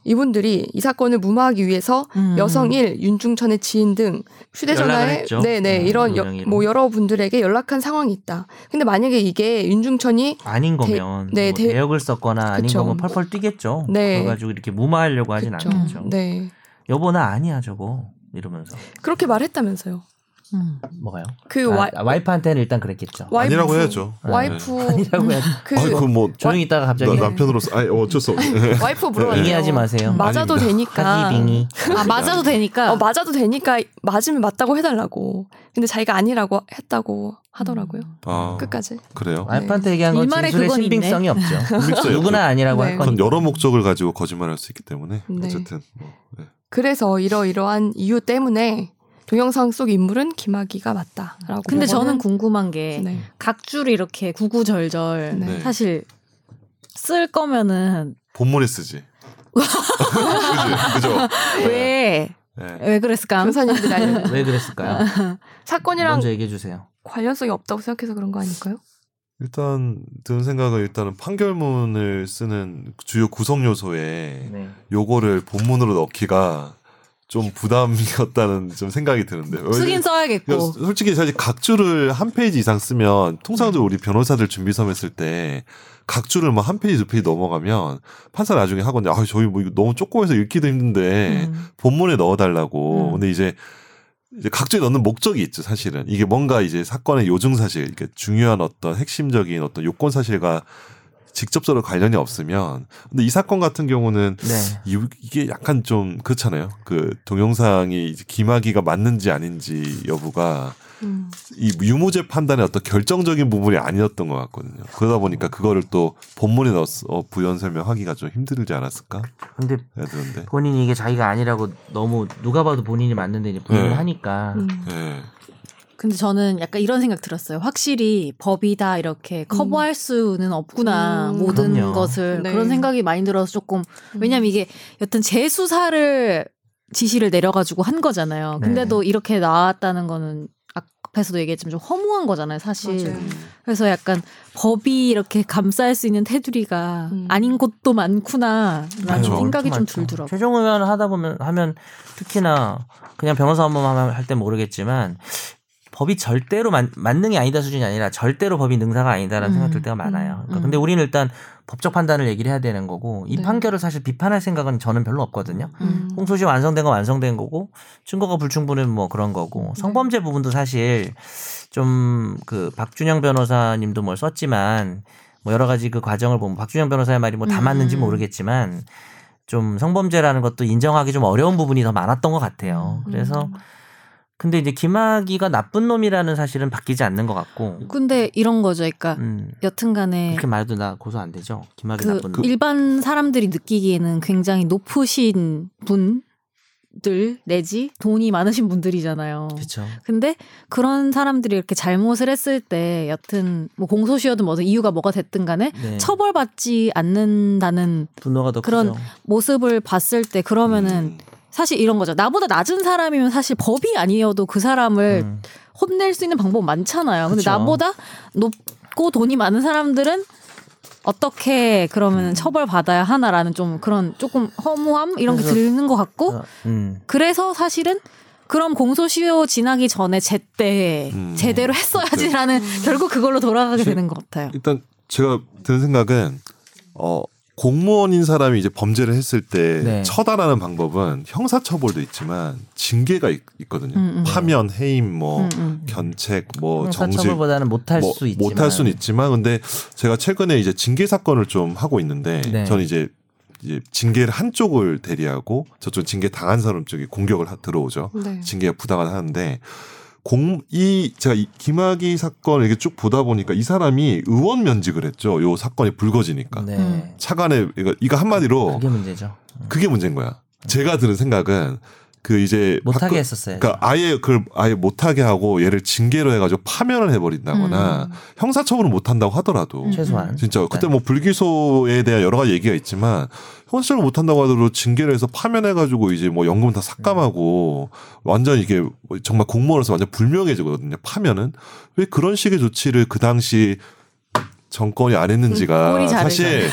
이분들이 이 사건을 무마하기 위해서 음. 여성일, 윤중천의 지인 등 연락을 휴대전화에 했죠. 네네 음, 이런 여, 명의로. 뭐 여러분들에게 연락한 상황이 있다. 근데 만약에 이게 윤중천이 아닌 거면 네, 뭐 대- 대역을 썼거나 아닌 그쵸. 거면 펄펄 뛰겠죠. 네. 그래가지고 이렇게 무마하려고 하진 그쵸. 않겠죠. 네 여보 나 아니야 저거 이러면서 그렇게 말했다면서요. 음. 뭐가요? 그 아, 와, 아, 와이프한테는 일단 그랬겠죠. 와이프 아니라고 해야죠. 와이프 이라고 해야 그 네. 아니 그뭐 조용히 있다가 갑자기 나- 남편으로서 아니 어쩔 수 없어. 와이프 물어봤어요. 빙의하지 마세요. 맞아도 아닙니다. 되니까. 하기빙이. 아 맞아도 네. 되니까 어, 맞아도 되니까 맞으면 맞다고 해달라고. 근데 자기가 아니라고 했다고 하더라고요. 음. 어. 아, 끝까지. 그래요. 와이프한테 얘기한 건 일말의 진술의 그건 있네. 신빙성이 없죠. 신빙성이 누구나 아니라고 네. 할 전 거니까. 여러 목적을 가지고 거짓말할 수 있기 때문에 네. 어쨌든 뭐, 네. 그래서 이러이러한 이유 때문에 동영상 속 인물은 김학의가 맞다라고. 근데 저는 요거는- 궁금한 게 네. 각주를 이렇게 구구절절 네. 사실 쓸 거면은 본문에 쓰지. 그지, 그죠. 왜 네. 왜 그랬을까? 변사님들이 알려 왜 그랬을까요? 사건이랑 먼저 얘기해 주세요. 관련성이 없다고 생각해서 그런 거 아닐까요? 일단 드는 생각은 일단은 판결문을 쓰는 주요 구성 요소에 네. 요거를 본문으로 넣기가 좀 부담이었다는 좀 생각이 드는데. 쓰긴 왜냐면 써야겠고 그러니까 솔직히 사실 각주를 한 페이지 이상 쓰면 통상적으로 우리 변호사들 준비섬 했을 때 각주를 뭐 한 페이지 두 페이지 넘어가면 판사 나중에 하거든요. 아, 저희 뭐 이거 너무 쪼꼬해서 읽기도 힘든데 음. 본문에 넣어달라고. 음. 근데 이제 이제 각주에 넣는 목적이 있죠, 사실은. 이게 뭔가 이제 사건의 요증 사실, 이렇게 중요한 어떤 핵심적인 어떤 요건 사실과 직접적으로 관련이 없으면. 근데 이 사건 같은 경우는 네. 이- 이게 약간 좀 그렇잖아요. 그 동영상이 이제 김학의가 맞는지 아닌지 여부가 음. 이 유무죄 판단의 어떤 결정적인 부분이 아니었던 것 같거든요. 그러다 보니까 그거를 또 본문에 넣어서 부연 설명하기가 좀 힘들지 않았을까? 근데 그런데. 본인이 이게 자기가 아니라고 너무 누가 봐도 본인이 맞는데 이제 부인을 네. 하니까 음. 네. 근데 저는 약간 이런 생각 들었어요. 확실히 법이다 이렇게 커버할 수는 없구나 음. 모든 그럼요. 것을 네. 음. 그런 생각이 많이 들어서 조금 왜냐면 이게 여튼 재수사를 지시를 내려가지고 한 거잖아요. 네. 근데도 이렇게 나왔다는 거는 앞에서도 얘기했지만 좀 허무한 거잖아요, 사실. 맞아요. 그래서 약간 법이 이렇게 감쌀 수 있는 테두리가 음. 아닌 곳도 많구나라는 그렇죠. 생각이 좀 네, 많죠. 들더라고요. 최종 의견을 하다 보면 하면 특히나 그냥 변호사 업무만 할 때 모르겠지만 법이 절대로 만, 만능이 아니다 수준이 아니라 절대로 법이 능사가 아니다라는 음, 생각 들 때가 음, 많아요. 그러니까 음. 근데 우리는 일단 법적 판단을 얘기를 해야 되는 거고 이 네. 판결을 사실 비판할 생각은 저는 별로 없거든요. 음. 공소시 완성된 건 완성된 거고 증거가 불충분은 뭐 그런 음. 거고 성범죄 부분도 사실 좀 그 박준영 변호사님도 뭘 썼지만 뭐 여러 가지 그 과정을 보면 박준영 변호사의 말이 뭐 다 음. 맞는지 모르겠지만 좀 성범죄라는 것도 인정하기 좀 어려운 부분이 더 많았던 것 같아요. 음. 음. 그래서 근데 이제 김학의가 나쁜 놈이라는 사실은 바뀌지 않는 것 같고 근데 이런 거죠. 그러니까 음. 여튼간에 그렇게 말도 나 고소 안 되죠. 김학의 네. 그 나쁜 놈. 일반 사람들이 느끼기에는 굉장히 높으신 분들 내지 돈이 많으신 분들이잖아요. 그렇죠. 근데 그런 사람들이 이렇게 잘못을 했을 때 여튼 뭐 공소시효든 뭐든 이유가 뭐가 됐든 간에 네. 처벌받지 않는다는 분노가 더 그런 크죠. 모습을 봤을 때 음. 그러면은 사실 이런 거죠. 나보다 낮은 사람이면 사실 법이 아니어도 그 사람을 음. 혼낼 수 있는 방법 많잖아요. 근데 그쵸. 나보다 높고 돈이 많은 사람들은 어떻게 그러면 처벌 받아야 하나라는 좀 그런 조금 허무함 이런 게 그래서- 드는 것 같고 어, 음. 그래서 사실은 그럼 공소시효 지나기 전에 제때 음. 제대로 했어야지라는 결국 그걸로 돌아가게 되는 것 같아요. 일단 제가 드는 생각은 어 공무원인 사람이 이제 범죄를 했을 때 네. 처단하는 방법은 형사처벌도 있지만 징계가 있, 거든요 음, 음. 파면, 해임, 뭐 음, 음. 견책, 뭐 정직, 형사처벌보다는 못할 뭐 수 있지만 못할 수는 있지만 근데 제가 최근에 이제 징계 사건을 좀 하고 있는데 네. 저는 이제 이제 징계를 한쪽을 대리하고 저쪽 징계 당한 사람 쪽이 공격을 하- 들어오죠. 네. 징계 부당을 하는데 공 이 제가 이 김학의 사건을 이렇게 쭉 보다 보니까 이 사람이 의원 면직을 했죠. 요 사건이 불거지니까 네. 음. 차관의 이거 이거 한마디로 그게 문제죠. 그게 문제인 거야. 제가 드는 생각은 그 이제 못하게 박근- 했었어요. 그러니까 아예 그걸 아예 못하게 하고 얘를 징계로 해가지고 파면을 해버린다거나 음. 형사처벌을 못한다고 하더라도 음. 최소한 진짜 그때 뭐 불기소에 대한 여러 가지 얘기가 있지만 형사처벌 못한다고 하더라도 징계를 해서 파면해가지고 이제 뭐 연금 다 삭감하고 완전 이게 뭐 정말 공무원으로서 완전 불명예지거든요. 파면은 왜 그런 식의 조치를 그 당시 정권이 안 음, 했는지가 꼴이 다르죠. 사실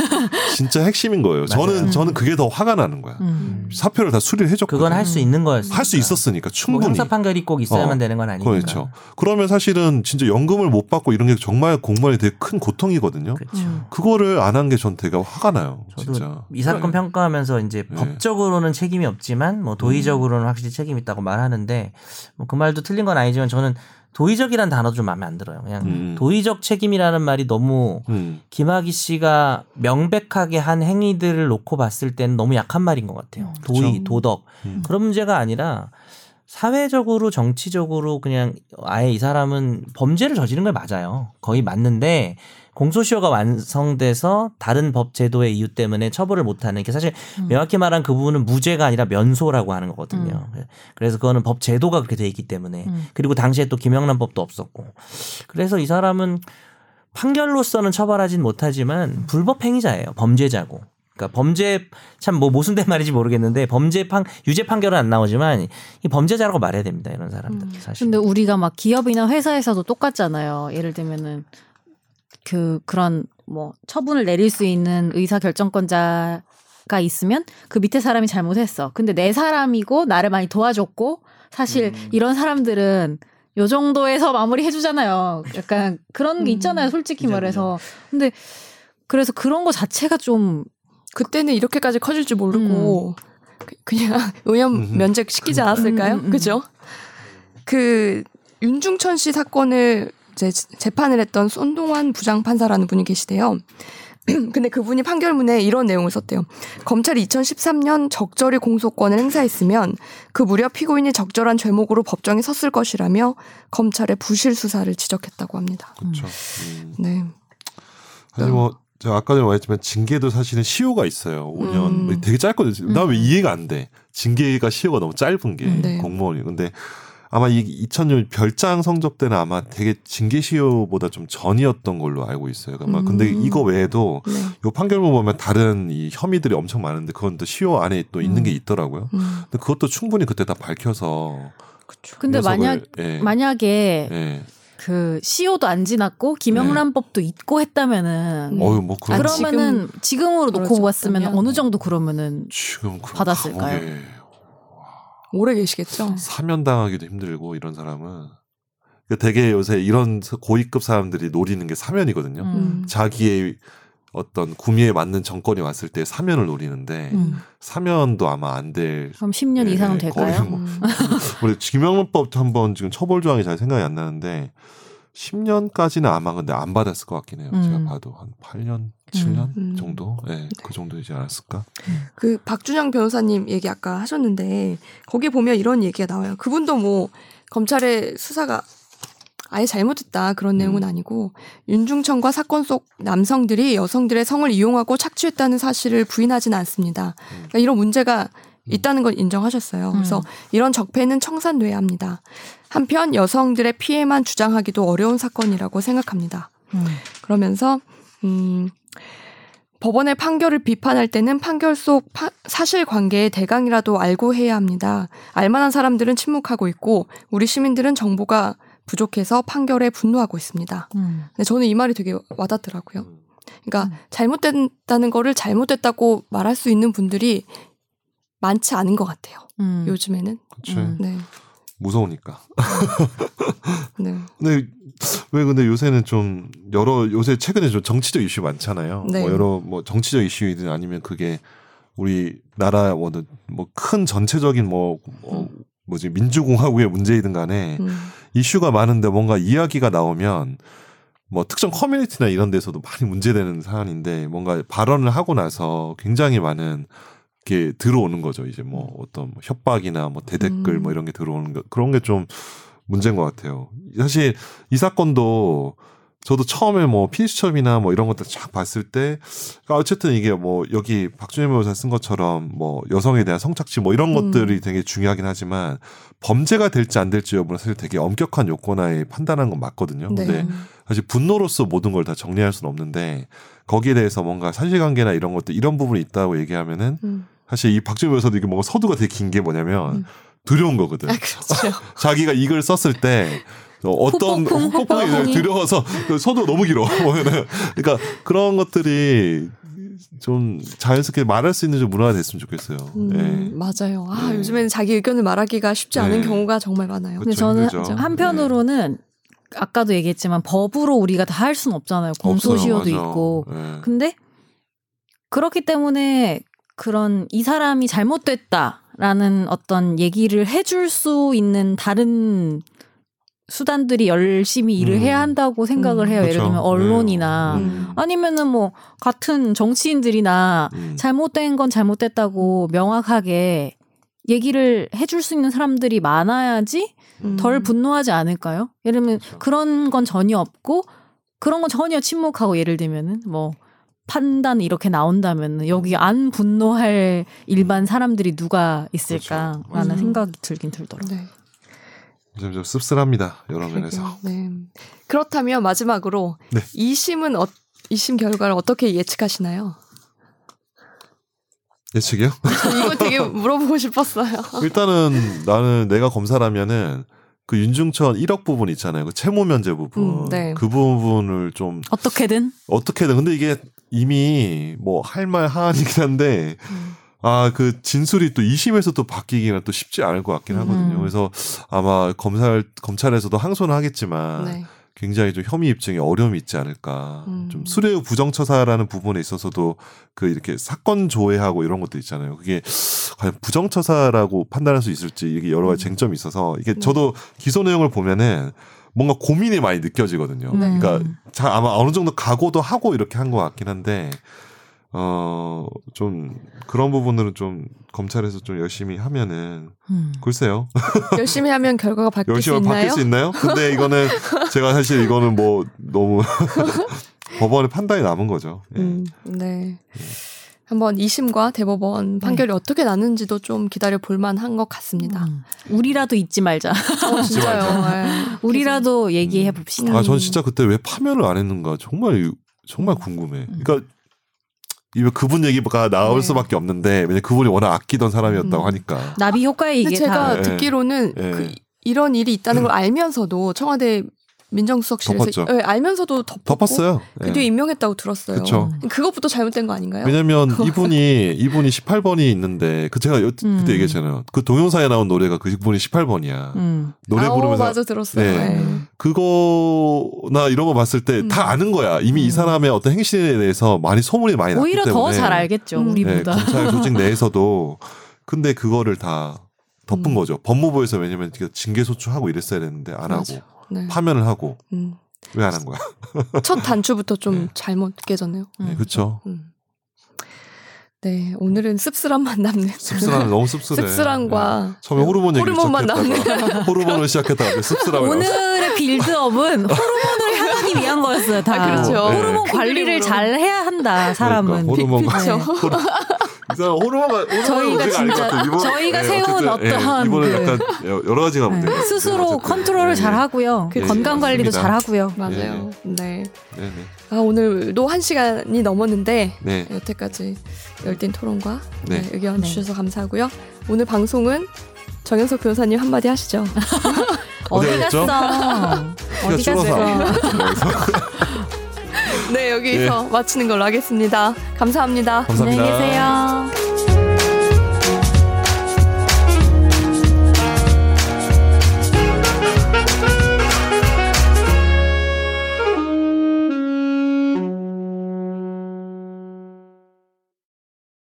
진짜 핵심인 거예요. 맞아요. 음. 저는 저는 그게 더 화가 나는 거야. 음. 사표를 다 수리를 해줬거든요. 그건 할 수 있는 거였어요. 할 수 있었으니까 뭐 충분히. 형사 판결이 꼭 있어야만 어, 되는 건 아니니까. 그렇죠. 그러면 사실은 진짜 연금을 못 받고 이런 게 정말 공무원이 되게 큰 고통이거든요. 그렇죠. 음. 그거를 안 한 게 전 되게 화가 나요. 저도 진짜. 이 사건 네. 평가하면서 이제 네. 법적으로는 책임이 없지만 음. 뭐 도의적으로는 확실히 책임 이 있다고 말하는데 뭐 그 말도 틀린 건 아니지만 저는 도의적이란 단어도 좀 마음에 안 들어요. 그냥 음. 도의적 책임이라는 말이 너무 음. 김학의 씨가 명백하게 한 행위들을 놓고 봤을 때는 너무 약한 말인 것 같아요. 도의, 그쵸. 도덕 음. 그런 문제가 아니라 사회적으로 정치적으로 그냥 아예 이 사람은 범죄를 저지른 걸 맞아요. 거의 맞는데 공소시효가 완성돼서 다른 법 제도의 이유 때문에 처벌을 못하는 게 사실 음. 명확히 말한 그 부분은 무죄가 아니라 면소라고 하는 거거든요. 음. 예. 그래서 그거는 법 제도가 그렇게 돼 있기 때문에 음. 그리고 당시에 또 김영란법도 없었고 그래서 이 사람은 판결로서는 처벌하진 못하지만 불법 행위자예요. 범죄자고. 그러니까 범죄 참 뭐 모순된 말인지 모르겠는데 범죄 판 유죄 판결은 안 나오지만 이 범죄자라고 말해야 됩니다. 이런 사람들 사실. 음. 근데 우리가 막 기업이나 회사에서도 똑같잖아요. 예를 들면은 그 그런 뭐 처분을 내릴 수 있는 의사 결정권자가 있으면 그 밑에 사람이 잘못했어. 근데 내 사람이고 나를 많이 도와줬고 사실 이런 사람들은 요 정도에서 마무리 해주잖아요. 약간 그런 게 음. 있잖아요. 솔직히 그죠, 말해서. 근데 그래서 그런 거 자체가 좀 그때는 이렇게까지 커질 줄 모르고 그- 그냥 의원 음흠. 면책 시키지 않았을까요? 음, 음, 음. 그죠? 그 윤중천 씨 사건을 이제 재판을 했던 손동환 부장 판사라는 분이 계시대요. 근데 그분이 판결문에 이런 내용을 썼대요. 검찰이 2013년 적절히 공소권을 행사했으면 그 무렵 피고인이 적절한 죄목으로 법정에 섰을 것이라며 검찰의 부실 수사를 지적했다고 합니다. 그렇죠. 음. 네. 사실 뭐 제가 아까 전에 말했지만 징계도 사실은 시효가 있어요. 5년 음. 되게 짧거든요. 나 왜 이해가 안 돼? 징계가 시효가 너무 짧은 게 음, 네. 공무원이. 근데 아마 이 2000년 별장 성접 때는 아마 되게 징계 시효보다 좀 전이었던 걸로 알고 있어요. 아마 근데 음. 이거 외에도 네. 요 판결문 보면 다른 이 혐의들이 엄청 많은데 그건 또 시효 안에 또 있는 게 있더라고요. 음. 근데 그것도 충분히 그때 다 밝혀서 근데 녀석을- 만약 예, 만약에 예. 그 시효도 안 지났고 김영란법도 있고 했다면은 음. 어유 뭐 아, 그런 거 그러면은 지금, 으로 놓고 그렇죠. 떨어졌다면? 봤으면 어느 정도 그러면은 지금 그 받았을까요? 감옥에 오래 계시겠죠? 사면 당하기도 힘들고 이런 사람은 그러니까 되게 요새 이런 고위급 사람들이 노리는 게 사면이거든요. 음. 자기의 어떤 구미에 맞는 정권이 왔을 때 사면을 노리는데 음. 사면도 아마 안될 그럼 10년 예, 이상은 거의 될까요? 뭐 음. 우리 김영란법도 한번 지금 처벌 조항이 잘 생각이 안 나는데 10년까지는 아마 근데 안 받았을 것 같긴 해요. 제가 음. 봐도 한 8년, 7년 음. 정도, 예, 그 정도이지 않았을까? 그 박준영 변호사님 얘기 아까 하셨는데 거기 보면 이런 얘기가 나와요. 그분도 뭐 검찰의 수사가 아예 잘못했다 그런 내용은 아니고 윤중천과 사건 속 남성들이 여성들의 성을 이용하고 착취했다는 사실을 부인하진 않습니다. 그러니까 이런 문제가 있다는 건 인정하셨어요. 그래서 이런 적폐는 청산돼야 합니다. 한편 여성들의 피해만 주장하기도 어려운 사건이라고 생각합니다. 음. 그러면서 음, 법원의 판결을 비판할 때는 판결 속 파- 사실관계의 대강이라도 알고 해야 합니다. 알만한 사람들은 침묵하고 있고 우리 시민들은 정보가 부족해서 판결에 분노하고 있습니다. 음. 근데 저는 이 말이 되게 와닿더라고요. 그러니까 잘못됐다는 거를 잘못됐다고 말할 수 있는 분들이 많지 않은 것 같아요. 음. 요즘에는 그치. 음. 네. 무서우니까. 네. 근데 왜 근데 요새는 좀 여러 요새 최근에 좀 정치적 이슈 많잖아요. 네. 뭐 여러 뭐 정치적 이슈이든 아니면 그게 우리 나라 뭐, 뭐큰 전체적인 뭐 어, 뭐지 민주공화국의 문제이든 간에 음. 이슈가 많은데 뭔가 이야기가 나오면 뭐 특정 커뮤니티나 이런 데서도 많이 문제되는 사안인데 뭔가 발언을 하고 나서 굉장히 많은 게 들어오는 거죠. 이제 뭐 어떤 뭐 협박이나 뭐 대댓글 음. 뭐 이런 게 들어오는 거 그런 게 좀 문제인 것 같아요. 사실 이 사건도 저도 처음에 뭐 피니스첩이나 뭐 이런 것들 쫙 봤을 때 그러니까 어쨌든 이게 뭐 여기 박준현 변호사 쓴 것처럼 뭐 여성에 대한 성착취 뭐 이런 음. 것들이 되게 중요하긴 하지만 범죄가 될지 안 될지 여부는 사실 되게 엄격한 요건하에 판단한 건 맞거든요. 네. 근데 사실 분노로서 모든 걸 다 정리할 수는 없는데 거기에 대해서 뭔가 사실관계나 이런 것들 이런 부분이 있다고 얘기하면은 음. 사실 이 박준현 변호사도 이게 뭔가 서두가 되게 긴 게 음. 뭐냐면 두려운 거거든. 아, 그렇죠. 자기가 이걸 썼을 때 어, 어떤 후폭풍, 후폭풍이 후폭풍이. 두려워서 그 서도 너무 길어. 그러니까 그런 것들이 좀 자연스럽게 말할 수 있는 좀 문화가 됐으면 좋겠어요. 음, 예. 맞아요. 아, 네. 요즘에는 자기 의견을 말하기가 쉽지 않은 네. 경우가 정말 많아요. 그쵸, 근데 저는 힘들죠. 한편으로는 아까도 얘기했지만 법으로 우리가 다 할 수는 없잖아요. 공소시효도 없어요, 맞아. 있고. 예. 근데 그렇기 때문에 그런 이 사람이 잘못됐다라는 어떤 얘기를 해줄 수 있는 다른 수단들이 열심히 일을 음. 그렇죠. 해야 한다고 생각을 음. 해요. 예를 그쵸. 들면 언론이나 네. 음. 아니면은 뭐 같은 정치인들이나 음. 잘못된 건 잘못됐다고 명확하게 얘기를 해줄 수 있는 사람들이 많아야지 음. 덜 분노하지 않을까요? 예를 들면 그렇죠. 그런 건 전혀 없고 그런 건 전혀 침묵하고 예를 들면은 뭐 판단 이렇게 나온다면 여기 음. 안 분노할 일반 사람들이 누가 있을까라는 그렇죠. 맞아요. 생각이 들긴 들더라고요. 음. 네. 좀, 좀 씁쓸합니다. 여러 면에서. 네. 그렇다면 마지막으로 네. 이심은 어, 2심 결과를 어떻게 예측하시나요? 예측이요? 저 이거 되게 물어보고 싶었어요. 일단은 나는 내가 검사라면은 그 윤중천 1억 부분 있잖아요. 그 채무 면제 부분. 음, 네. 그 부분을 좀 어떻게든 어떻게든 근데 이게 이미 뭐 할 말 하한이긴 한데 음. 아 그 진술이 또 2심에서 또 바뀌기는 또 쉽지 않을 것 같긴 하거든요. 음. 그래서 아마 검찰 검찰에서도 항소는 하겠지만 네. 굉장히 좀 혐의 입증에 어려움이 있지 않을까. 음. 좀 수뢰 부정처사라는 부분에 있어서도 그 이렇게 사건 조회하고 이런 것도 있잖아요. 그게 과연 부정처사라고 판단할 수 있을지 이게 여러 가지 쟁점이 있어서 이게 저도 기소 내용을 보면은 뭔가 고민이 많이 느껴지거든요. 네. 그러니까 자, 아마 어느 정도 각오도 하고 이렇게 한 것 같긴 한데 어 좀 그런 부분들은 좀 검찰에서 좀 열심히 하면은 음. 글쎄요 열심히 하면 결과가 바뀔 수 열심히 있나요? 바뀔 수 있나요? 근데 이거는 제가 사실 이거는 뭐 너무 법원의 판단이 남은 거죠. 예. 음, 네. 한번 2심과 네. 대법원 판결이 어떻게 나는지도 좀 기다려 볼만한 것 같습니다. 음. 우리라도 잊지 말자. 어, 진짜요. 예. 우리라도 얘기해 봅시다. 음. 아, 전 진짜 그때 왜 파면을 안 했는가 정말 정말 궁금해. 그러니까 이거 그분 얘기가 나올 음. 네. 수밖에 없는데 왜냐 그분이 워낙 아끼던 사람이었다고 음. 하니까. 나비 효과의 근데 이게 제가 다 예. 듣기로는 예. 음. 그 이런 일이 있다는 걸 알면서도 청와대 민정수석실에서 덮었죠. 예, 알면서도 덮었고 덮었어요. 그 예. 뒤에 임명했다고 들었어요. 네. 그쵸. 그것부터 잘못된 거 아닌가요? 왜냐면 이분이 이분이 18번이 있는데 그 제가 여, 그때 음. 얘기했잖아요. 그 동영상에 나온 노래가 그분이 18번이야. 음. 노래 아, 어, 부르면서 맞아 들었어요. 네. 예. 그거나 이런 거 봤을 때 음. 다 아는 거야. 이미 이 사람의 어떤 행실에 대해서 많이 소문이 많이 났기 오히려 때문에 더 잘 알겠죠 음. 네, 우리보다. 검찰 조직 내에서도 근데 그거를 다 덮은 음. 거죠. 법무부에서 왜냐면 이렇게 징계 소추하고 이랬어야 되는데 안 하고 맞아. 네. 파면을 하고 음. 왜 안 한 거야? 첫 단추부터 좀 네. 잘못 깨졌네요. 네, 그렇죠. 음. 네, 오늘은 씁쓸한 만남네. 씁쓸한 너무 씁쓸해. 씁쓸함과 네. 처음에 호르몬 얘기를 호르몬만 시작했다가 호르몬을 시작했다가 씁쓸함을 오늘의 빌드업은 호르몬을 향하기 위한 거였어요. 다 아, 그렇죠. 네. 호르몬 관리를 잘 해야 한다. 사람은. 그러니까 호르몬 네. 그렇죠. 호르- 이 사람 호르몬 저희가 진짜- 저희가 세운 네, 어떠한 이번에 그- 약간 여- 여러 가지가 문제 네. 스스로 컨트롤을 잘 하고요. 예, 건강 관리도 맞습니다. 잘 하고요. 맞아요. 예. 네. 네네 아 오늘도 한 시간이 넘었는데 네. 여태까지 열띤 토론과 네. 네, 의견 네. 주셔서 감사하고요. 오늘 방송은 정현석 변호사님 한마디 하시죠. 어디 어디 갔어? 갔죠? 어디 키가 갔어? 네. 네 여기서 마치는 걸로 하겠습니다. 감사합니다. 감사합니다. 안녕히 계세요.